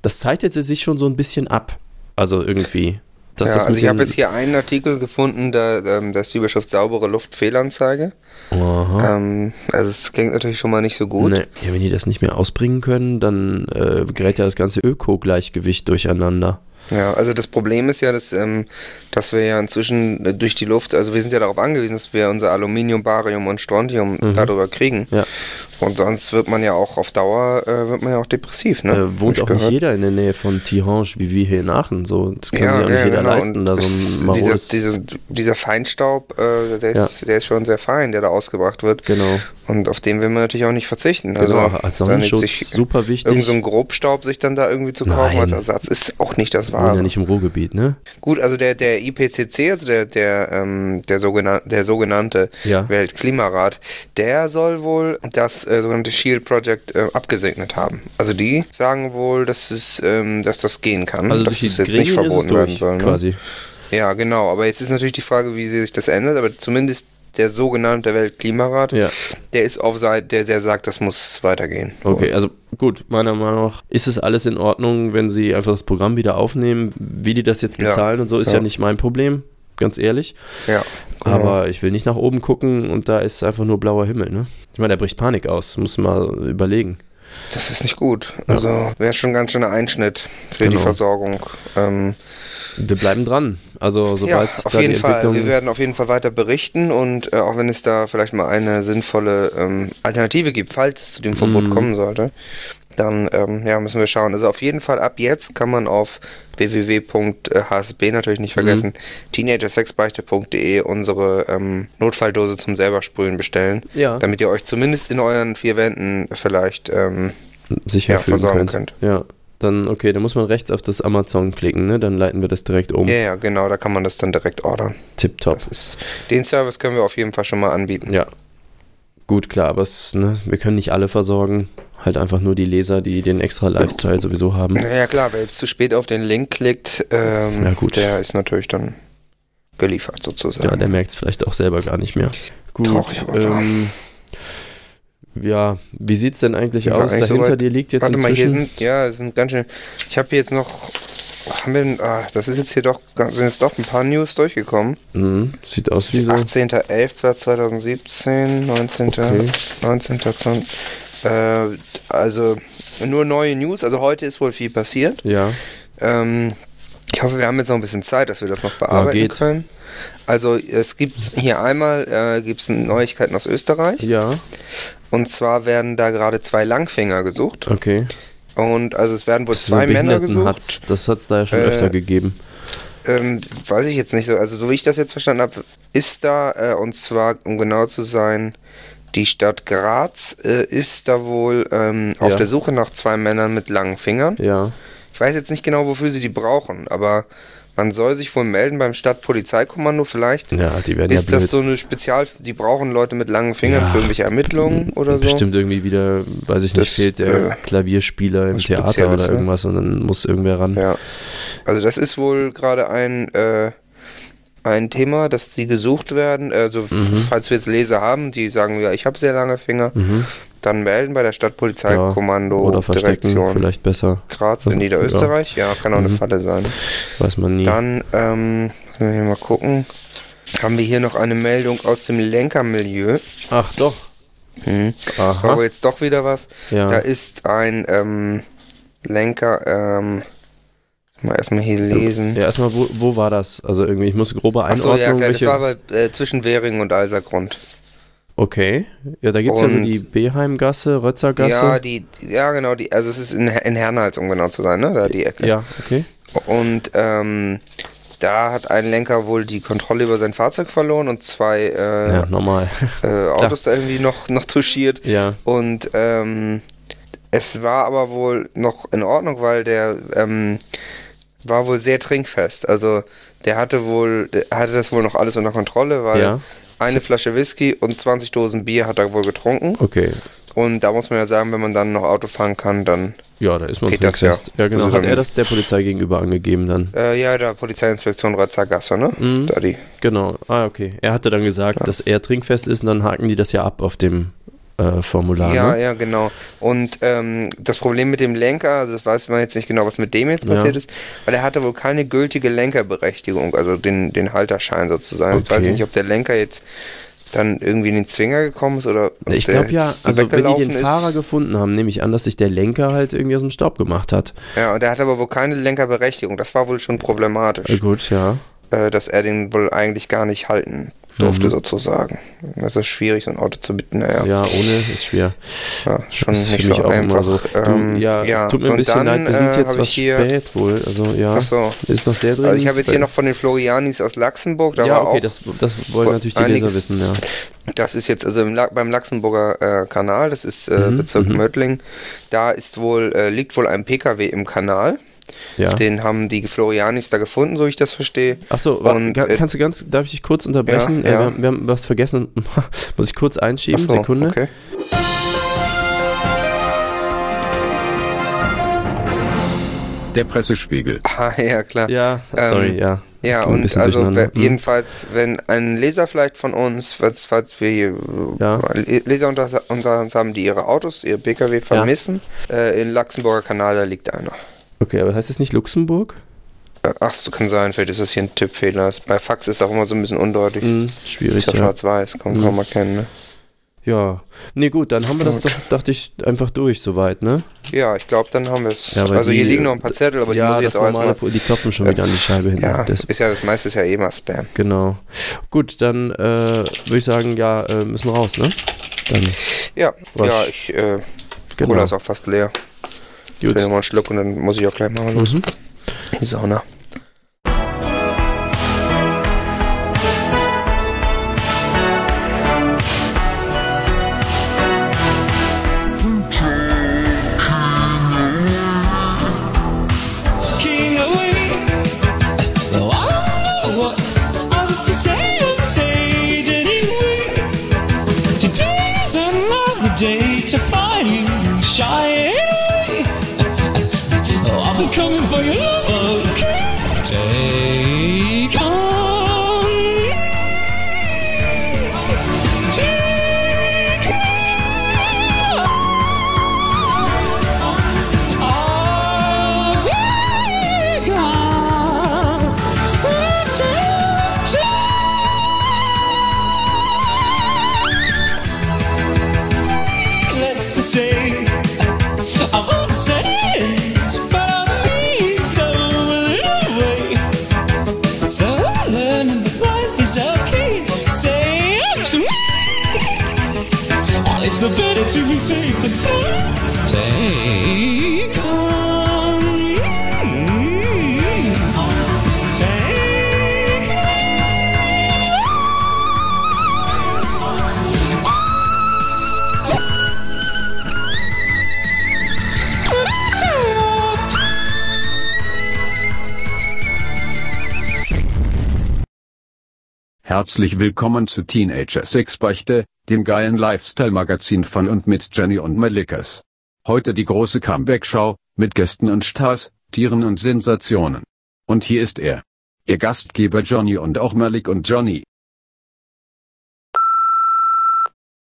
[SPEAKER 1] Das zeichnete sich schon so ein bisschen ab. Also irgendwie dass
[SPEAKER 2] ja,
[SPEAKER 1] das
[SPEAKER 2] also
[SPEAKER 1] mit
[SPEAKER 2] ich habe
[SPEAKER 1] den-
[SPEAKER 2] jetzt hier einen Artikel gefunden, da, ähm, da ist die Überschrift saubere Luft Fehlanzeige.
[SPEAKER 1] Aha.
[SPEAKER 2] Ähm, also es klingt natürlich schon mal nicht so gut.
[SPEAKER 1] Nee. Ja, wenn die das nicht mehr ausbringen können, dann äh, gerät ja das ganze Öko-Gleichgewicht durcheinander.
[SPEAKER 2] Ja, also das Problem ist ja, dass, ähm, dass wir ja inzwischen äh, durch die Luft, also wir sind ja darauf angewiesen, dass wir unser Aluminium, Barium und Strontium darüber kriegen.
[SPEAKER 1] Mhm. Ja.
[SPEAKER 2] Und sonst wird man ja auch auf Dauer, äh, wird man ja auch depressiv, ne?
[SPEAKER 1] Äh, wohnt
[SPEAKER 2] Hab
[SPEAKER 1] auch
[SPEAKER 2] ich
[SPEAKER 1] nicht
[SPEAKER 2] gehört.
[SPEAKER 1] jeder in der Nähe von Tihange wie wir hier in Aachen. So, das kann sich auch nicht jeder
[SPEAKER 2] genau.
[SPEAKER 1] leisten, da so ein
[SPEAKER 2] Und
[SPEAKER 1] marodes.
[SPEAKER 2] dieses- diese, dieser Feinstaub, äh, der, ist, der ist schon sehr fein, der da ausgebracht wird.
[SPEAKER 1] Genau.
[SPEAKER 2] Und auf den will man natürlich auch nicht verzichten. Also
[SPEAKER 1] Genau, als
[SPEAKER 2] dann jetzt
[SPEAKER 1] Sonnenschutz
[SPEAKER 2] sich
[SPEAKER 1] super wichtig.
[SPEAKER 2] Irgend so ein Grobstaub sich dann da irgendwie zu kaufen
[SPEAKER 1] Nein.
[SPEAKER 2] als Ersatz ist auch nicht das
[SPEAKER 1] Wir wohnen
[SPEAKER 2] Wahre.
[SPEAKER 1] ja nicht im Ruhrgebiet, ne?
[SPEAKER 2] Gut, also der, der IPCC, also der, der, ähm, der, sogenan der sogenannte
[SPEAKER 1] Ja.
[SPEAKER 2] Weltklimarat, der soll wohl das äh, sogenannte Shield Project äh, abgesegnet haben. Also die sagen wohl, dass, es, ähm, dass das gehen kann,
[SPEAKER 1] Also
[SPEAKER 2] dass
[SPEAKER 1] durch
[SPEAKER 2] es
[SPEAKER 1] die
[SPEAKER 2] jetzt
[SPEAKER 1] Gremien
[SPEAKER 2] nicht
[SPEAKER 1] ist es
[SPEAKER 2] verboten werden
[SPEAKER 1] durch,
[SPEAKER 2] soll. Ne?
[SPEAKER 1] quasi.
[SPEAKER 2] Ja, genau. Aber jetzt ist natürlich die Frage, wie sich das ändert. Aber zumindest der sogenannte Weltklimarat,
[SPEAKER 1] Ja.
[SPEAKER 2] der ist auf Seite, der, der sagt, das muss weitergehen.
[SPEAKER 1] Okay, also gut, meiner Meinung nach ist es alles in Ordnung, wenn sie einfach das Programm wieder aufnehmen. Wie die das jetzt
[SPEAKER 2] Ja,
[SPEAKER 1] bezahlen und so, ist ja.
[SPEAKER 2] ja.
[SPEAKER 1] nicht mein Problem, ganz ehrlich.
[SPEAKER 2] Ja.
[SPEAKER 1] Aber ich will nicht nach oben gucken und da ist einfach nur blauer Himmel, ne? Ich meine, da bricht Panik aus, muss mal überlegen.
[SPEAKER 2] Das ist nicht gut. Also wäre schon ganz schöner Einschnitt für
[SPEAKER 1] Genau.
[SPEAKER 2] die Versorgung. Ähm,
[SPEAKER 1] Wir bleiben dran. Also,
[SPEAKER 2] ja,
[SPEAKER 1] sobald es
[SPEAKER 2] auf
[SPEAKER 1] da
[SPEAKER 2] jeden
[SPEAKER 1] die
[SPEAKER 2] Fall.
[SPEAKER 1] Entwicklung.
[SPEAKER 2] Wir werden auf jeden Fall weiter berichten und äh, auch wenn es da vielleicht mal eine sinnvolle ähm, Alternative gibt, falls es zu dem
[SPEAKER 1] Mhm.
[SPEAKER 2] Verbot kommen sollte, dann ähm, ja, müssen wir schauen. Also auf jeden Fall ab jetzt kann man auf www.hsb natürlich
[SPEAKER 1] Mhm.
[SPEAKER 2] nicht vergessen, teenagersexbeichte.de E unsere ähm, Notfalldose zum selber sprühen bestellen,
[SPEAKER 1] Ja.
[SPEAKER 2] damit ihr euch zumindest in euren vier Wänden vielleicht ähm,
[SPEAKER 1] sicher
[SPEAKER 2] Ja,
[SPEAKER 1] fühlen
[SPEAKER 2] versorgen
[SPEAKER 1] könnt.
[SPEAKER 2] könnt.
[SPEAKER 1] Ja, dann okay, dann muss man rechts auf das Amazon klicken, ne? Dann leiten wir das direkt um.
[SPEAKER 2] ja, ja, genau, da kann man das dann direkt ordern.
[SPEAKER 1] Tipptopp.
[SPEAKER 2] Das ist, den Service können wir auf jeden Fall schon mal anbieten.
[SPEAKER 1] Ja. Gut, klar, aber es, ne, wir können nicht alle versorgen. Halt einfach nur die Leser, die den extra Lifestyle sowieso haben.
[SPEAKER 2] Naja, klar, wer jetzt zu spät auf den Link klickt, ähm,
[SPEAKER 1] Ja, gut.
[SPEAKER 2] der ist natürlich dann geliefert
[SPEAKER 1] Ja,
[SPEAKER 2] sozusagen.
[SPEAKER 1] der merkt es vielleicht auch selber gar nicht mehr. Gut.
[SPEAKER 2] Traurig, aber wahr.
[SPEAKER 1] ähm, ja, wie sieht's denn eigentlich
[SPEAKER 2] Sind wir
[SPEAKER 1] aus?
[SPEAKER 2] eigentlich
[SPEAKER 1] Dahinter
[SPEAKER 2] soweit?
[SPEAKER 1] dir liegt jetzt
[SPEAKER 2] Warte mal, hier
[SPEAKER 1] inzwischen.
[SPEAKER 2] sind, ja, es sind ganz schön, ich habe hier jetzt noch, haben wir, denn- ah, das ist jetzt hier doch, ganz- sind jetzt doch ein paar News durchgekommen.
[SPEAKER 1] Mhm, sieht aus wie so.
[SPEAKER 2] 18.11.2017, 19.
[SPEAKER 1] Okay.
[SPEAKER 2] 19. 20, äh, also nur neue News, also heute ist wohl viel passiert.
[SPEAKER 1] Ja.
[SPEAKER 2] Ähm, ich hoffe, wir haben jetzt noch ein bisschen Zeit, dass wir das noch bearbeiten
[SPEAKER 1] geht.
[SPEAKER 2] können. Also es gibt hier einmal äh, gibt's Neuigkeiten aus Österreich.
[SPEAKER 1] Ja,
[SPEAKER 2] Und zwar werden da gerade zwei Langfinger gesucht.
[SPEAKER 1] okay.
[SPEAKER 2] Und also es werden wohl
[SPEAKER 1] So
[SPEAKER 2] zwei Männer
[SPEAKER 1] Behindertenhatz,
[SPEAKER 2] gesucht.
[SPEAKER 1] Das hat's da ja schon
[SPEAKER 2] Äh,
[SPEAKER 1] öfter gegeben.
[SPEAKER 2] Ähm, weiß ich jetzt nicht so. Also so wie ich das jetzt verstanden habe, ist da, äh, und zwar, um genau zu sein, die Stadt Graz äh, ist da wohl ähm, auf
[SPEAKER 1] Ja.
[SPEAKER 2] der Suche nach zwei Männern mit langen Fingern.
[SPEAKER 1] Ja.
[SPEAKER 2] Ich weiß jetzt nicht genau, wofür sie die brauchen, aber man soll sich wohl melden beim Stadtpolizeikommando vielleicht.
[SPEAKER 1] Ja, die werden
[SPEAKER 2] ist
[SPEAKER 1] ja blöd.
[SPEAKER 2] das so eine Spezial... Die brauchen Leute mit langen Fingern
[SPEAKER 1] Ja.
[SPEAKER 2] für irgendwelche Ermittlungen oder so?
[SPEAKER 1] Bestimmt irgendwie wieder, weiß ich nicht,
[SPEAKER 2] Das,
[SPEAKER 1] fehlt der
[SPEAKER 2] äh,
[SPEAKER 1] Klavierspieler im
[SPEAKER 2] was
[SPEAKER 1] Theater
[SPEAKER 2] Spezielles,
[SPEAKER 1] oder
[SPEAKER 2] ne?
[SPEAKER 1] irgendwas und dann muss irgendwer ran.
[SPEAKER 2] Ja. Also das ist wohl gerade ein, äh, ein Thema, dass die gesucht werden. Also
[SPEAKER 1] Mhm.
[SPEAKER 2] falls wir jetzt Leser haben, die sagen, ja, ich habe sehr lange Finger, dann melden bei der
[SPEAKER 1] Ja,
[SPEAKER 2] Stadtpolizeikommando
[SPEAKER 1] oder verstecken
[SPEAKER 2] Direktion
[SPEAKER 1] vielleicht Mhm. besser,
[SPEAKER 2] Graz in Niederösterreich. Ja, kann auch eine Falle sein.
[SPEAKER 1] weiß man nie.
[SPEAKER 2] Dann, ähm, müssen wir hier mal gucken. Haben wir hier noch eine Meldung aus dem Lenkermilieu?
[SPEAKER 1] Ach doch. Hm. Aha.
[SPEAKER 2] Aber jetzt doch wieder was.
[SPEAKER 1] Ja.
[SPEAKER 2] Da ist ein ähm, Lenker, ähm, mal erstmal hier
[SPEAKER 1] Äh,
[SPEAKER 2] lesen.
[SPEAKER 1] Ja, erstmal, wo, wo war das? Also irgendwie, ich muss grobe
[SPEAKER 2] Achso,
[SPEAKER 1] Einordnung.
[SPEAKER 2] ja, klar, das
[SPEAKER 1] welche,
[SPEAKER 2] war bei, äh, zwischen Währing und Alsergrund.
[SPEAKER 1] okay. Ja, da gibt es ja so
[SPEAKER 2] Und-
[SPEAKER 1] die Beheimgasse, Rötzergasse.
[SPEAKER 2] Ja, die, ja, genau, die, also es ist in, in Hernals, um genau zu sein, ne? Da die Ecke.
[SPEAKER 1] ja, okay.
[SPEAKER 2] Und ähm, da hat ein Lenker wohl die Kontrolle über sein Fahrzeug verloren und zwei äh,
[SPEAKER 1] Ja, normal.
[SPEAKER 2] äh, Autos da irgendwie noch, noch touchiert.
[SPEAKER 1] Ja.
[SPEAKER 2] Und ähm, es war aber wohl noch in Ordnung, weil der ähm, war wohl sehr trinkfest. Also der hatte wohl, der hatte das wohl noch alles unter Kontrolle, weil
[SPEAKER 1] Ja.
[SPEAKER 2] Eine Flasche Whisky und 20 Dosen Bier hat er wohl getrunken.
[SPEAKER 1] Okay.
[SPEAKER 2] Und da muss man ja sagen, wenn man dann noch Auto fahren kann, dann.
[SPEAKER 1] Ja, da ist man
[SPEAKER 2] Geht das,
[SPEAKER 1] trinkfest.
[SPEAKER 2] ja.
[SPEAKER 1] ja, genau.
[SPEAKER 2] Also
[SPEAKER 1] Hat
[SPEAKER 2] dann-
[SPEAKER 1] er das der Polizei gegenüber angegeben dann?
[SPEAKER 2] Äh, ja, der Polizeiinspektion Ratzagasse, ne? Da die.
[SPEAKER 1] Genau. Ah, okay. Er hatte dann gesagt, dass er trinkfest ist und dann haken die das ja ab auf dem äh, Formular.
[SPEAKER 2] Ja,
[SPEAKER 1] ne?
[SPEAKER 2] ja, genau. Und ähm, das Problem mit dem Lenker, also das weiß man jetzt nicht genau, was mit dem jetzt passiert
[SPEAKER 1] Ja.
[SPEAKER 2] ist, weil er hatte wohl keine gültige Lenkerberechtigung, also den, den Halterschein sozusagen. Ich
[SPEAKER 1] Okay.
[SPEAKER 2] weiß ich nicht, ob der Lenker jetzt dann irgendwie in den Zwinger gekommen ist oder ob
[SPEAKER 1] Ich
[SPEAKER 2] der
[SPEAKER 1] glaube ja,
[SPEAKER 2] jetzt
[SPEAKER 1] also wenn die
[SPEAKER 2] weggelaufen
[SPEAKER 1] den Fahrer gefunden haben, nehme ich an, dass sich der Lenker halt irgendwie aus dem Staub gemacht hat.
[SPEAKER 2] ist. Ja, und er hat aber wohl keine Lenkerberechtigung. Das war wohl schon problematisch,
[SPEAKER 1] Äh, gut, ja.
[SPEAKER 2] äh, dass er den wohl eigentlich gar nicht halten durfte sozusagen. Das ist schwierig, so ein Auto zu bitten. Naja,
[SPEAKER 1] Ja, ohne ist schwer.
[SPEAKER 2] Ja, schon
[SPEAKER 1] ist
[SPEAKER 2] nicht so einfach. Ähm,
[SPEAKER 1] du, ja, es tut mir
[SPEAKER 2] und
[SPEAKER 1] ein bisschen
[SPEAKER 2] dann,
[SPEAKER 1] leid, wir sind
[SPEAKER 2] äh,
[SPEAKER 1] jetzt
[SPEAKER 2] hab
[SPEAKER 1] was
[SPEAKER 2] ich hier,
[SPEAKER 1] spät wohl. Also ja,
[SPEAKER 2] Ach so.
[SPEAKER 1] ist noch sehr dringend.
[SPEAKER 2] Also ich habe jetzt hier noch von den Florianis aus Laxenburg, da
[SPEAKER 1] Ja,
[SPEAKER 2] war
[SPEAKER 1] okay,
[SPEAKER 2] auch, Ah, das,
[SPEAKER 1] das, das wollen natürlich die
[SPEAKER 2] einiges-
[SPEAKER 1] Leser wissen, ja.
[SPEAKER 2] ist jetzt also im, La- beim Laxenburger äh, Kanal, das ist äh,
[SPEAKER 1] Mhm,
[SPEAKER 2] Bezirk Mödling, da ist wohl, äh, liegt wohl ein Pkw im Kanal.
[SPEAKER 1] ja.
[SPEAKER 2] Den haben die Florianis da gefunden, so ich das verstehe.
[SPEAKER 1] Achso,
[SPEAKER 2] Und, äh,
[SPEAKER 1] kannst du ganz, darf ich dich kurz unterbrechen?
[SPEAKER 2] Ja,
[SPEAKER 1] Äh,
[SPEAKER 2] ja.
[SPEAKER 1] Wir, haben, wir haben was vergessen, muss ich kurz einschieben,
[SPEAKER 2] Achso,
[SPEAKER 1] Sekunde.
[SPEAKER 2] Okay.
[SPEAKER 6] Der Pressespiegel.
[SPEAKER 2] Ah, ja, klar.
[SPEAKER 1] Ja, sorry,
[SPEAKER 2] Ähm,
[SPEAKER 1] ja.
[SPEAKER 2] Ja,
[SPEAKER 1] Ging ein
[SPEAKER 2] und
[SPEAKER 1] bisschen
[SPEAKER 2] also
[SPEAKER 1] durcheinander. hm.
[SPEAKER 2] we- jedenfalls, wenn ein Leser vielleicht von uns, falls, falls wir hier äh,
[SPEAKER 1] Ja.
[SPEAKER 2] Le- Leser unter, unter uns haben, die ihre Autos, ihr Pkw vermissen, äh, in Laxenburger Kanal, da liegt einer.
[SPEAKER 1] Okay, aber heißt das nicht Luxemburg?
[SPEAKER 2] Äh, Ach, so kann sein, vielleicht ist das hier ein Tippfehler. Ist- Bei Fax ist auch immer so ein bisschen undeuttig.
[SPEAKER 1] Hm,
[SPEAKER 2] Ist
[SPEAKER 1] schwierig,
[SPEAKER 2] ja
[SPEAKER 1] ja. Hm.
[SPEAKER 2] schwarz-weiß, kann man kaum erkennen. Ne?
[SPEAKER 1] Ja. Nee, gut, dann haben wir das doch, dachte ich, einfach durch soweit, ne?
[SPEAKER 2] Ja, ich glaube, dann haben wir es.
[SPEAKER 1] Ja, weil
[SPEAKER 2] also hier
[SPEAKER 1] die-
[SPEAKER 2] liegen noch ein paar Zettel, aber die muss ich
[SPEAKER 1] das
[SPEAKER 2] jetzt auch
[SPEAKER 1] normale
[SPEAKER 2] erstmal.
[SPEAKER 1] Po- die klopfen schon wieder an die Scheibe hin.
[SPEAKER 2] Ja,
[SPEAKER 1] das,
[SPEAKER 2] ist ja, das meiste ist ja eh mal Spam.
[SPEAKER 1] genau. Gut, dann äh, würde ich sagen, ja, äh, müssen raus, ne? Dann,
[SPEAKER 2] Ja,
[SPEAKER 1] Was-
[SPEAKER 2] ja, ich äh,
[SPEAKER 1] genau.
[SPEAKER 2] Cola ist auch fast leer. Ich
[SPEAKER 1] Gut.
[SPEAKER 2] will mal einen Schluck und dann muss ich auch gleich mal los.
[SPEAKER 1] Mhm.
[SPEAKER 2] In die Sauna.
[SPEAKER 4] King away. Oh, I don't know what I would just say on stage anyway. Today is a lovely day to find you shying away. Oh, I've been coming for your love. Okay. Take on me. Take me on. Let's to say I won't say it, but I'll be so away. So I learned that life is okay. Say up to me. All is the better to be safe than sorry. Take on me. Take me.
[SPEAKER 6] Herzlich willkommen zu Teenager Sexbeichte, dem geilen Lifestyle-Magazin von und mit Jenny und Malikas. Heute die große Comeback-Show, mit Gästen und Stars, Tieren und Sensationen. Und hier ist er. Ihr Gastgeber Johnny und auch Malik und Johnny.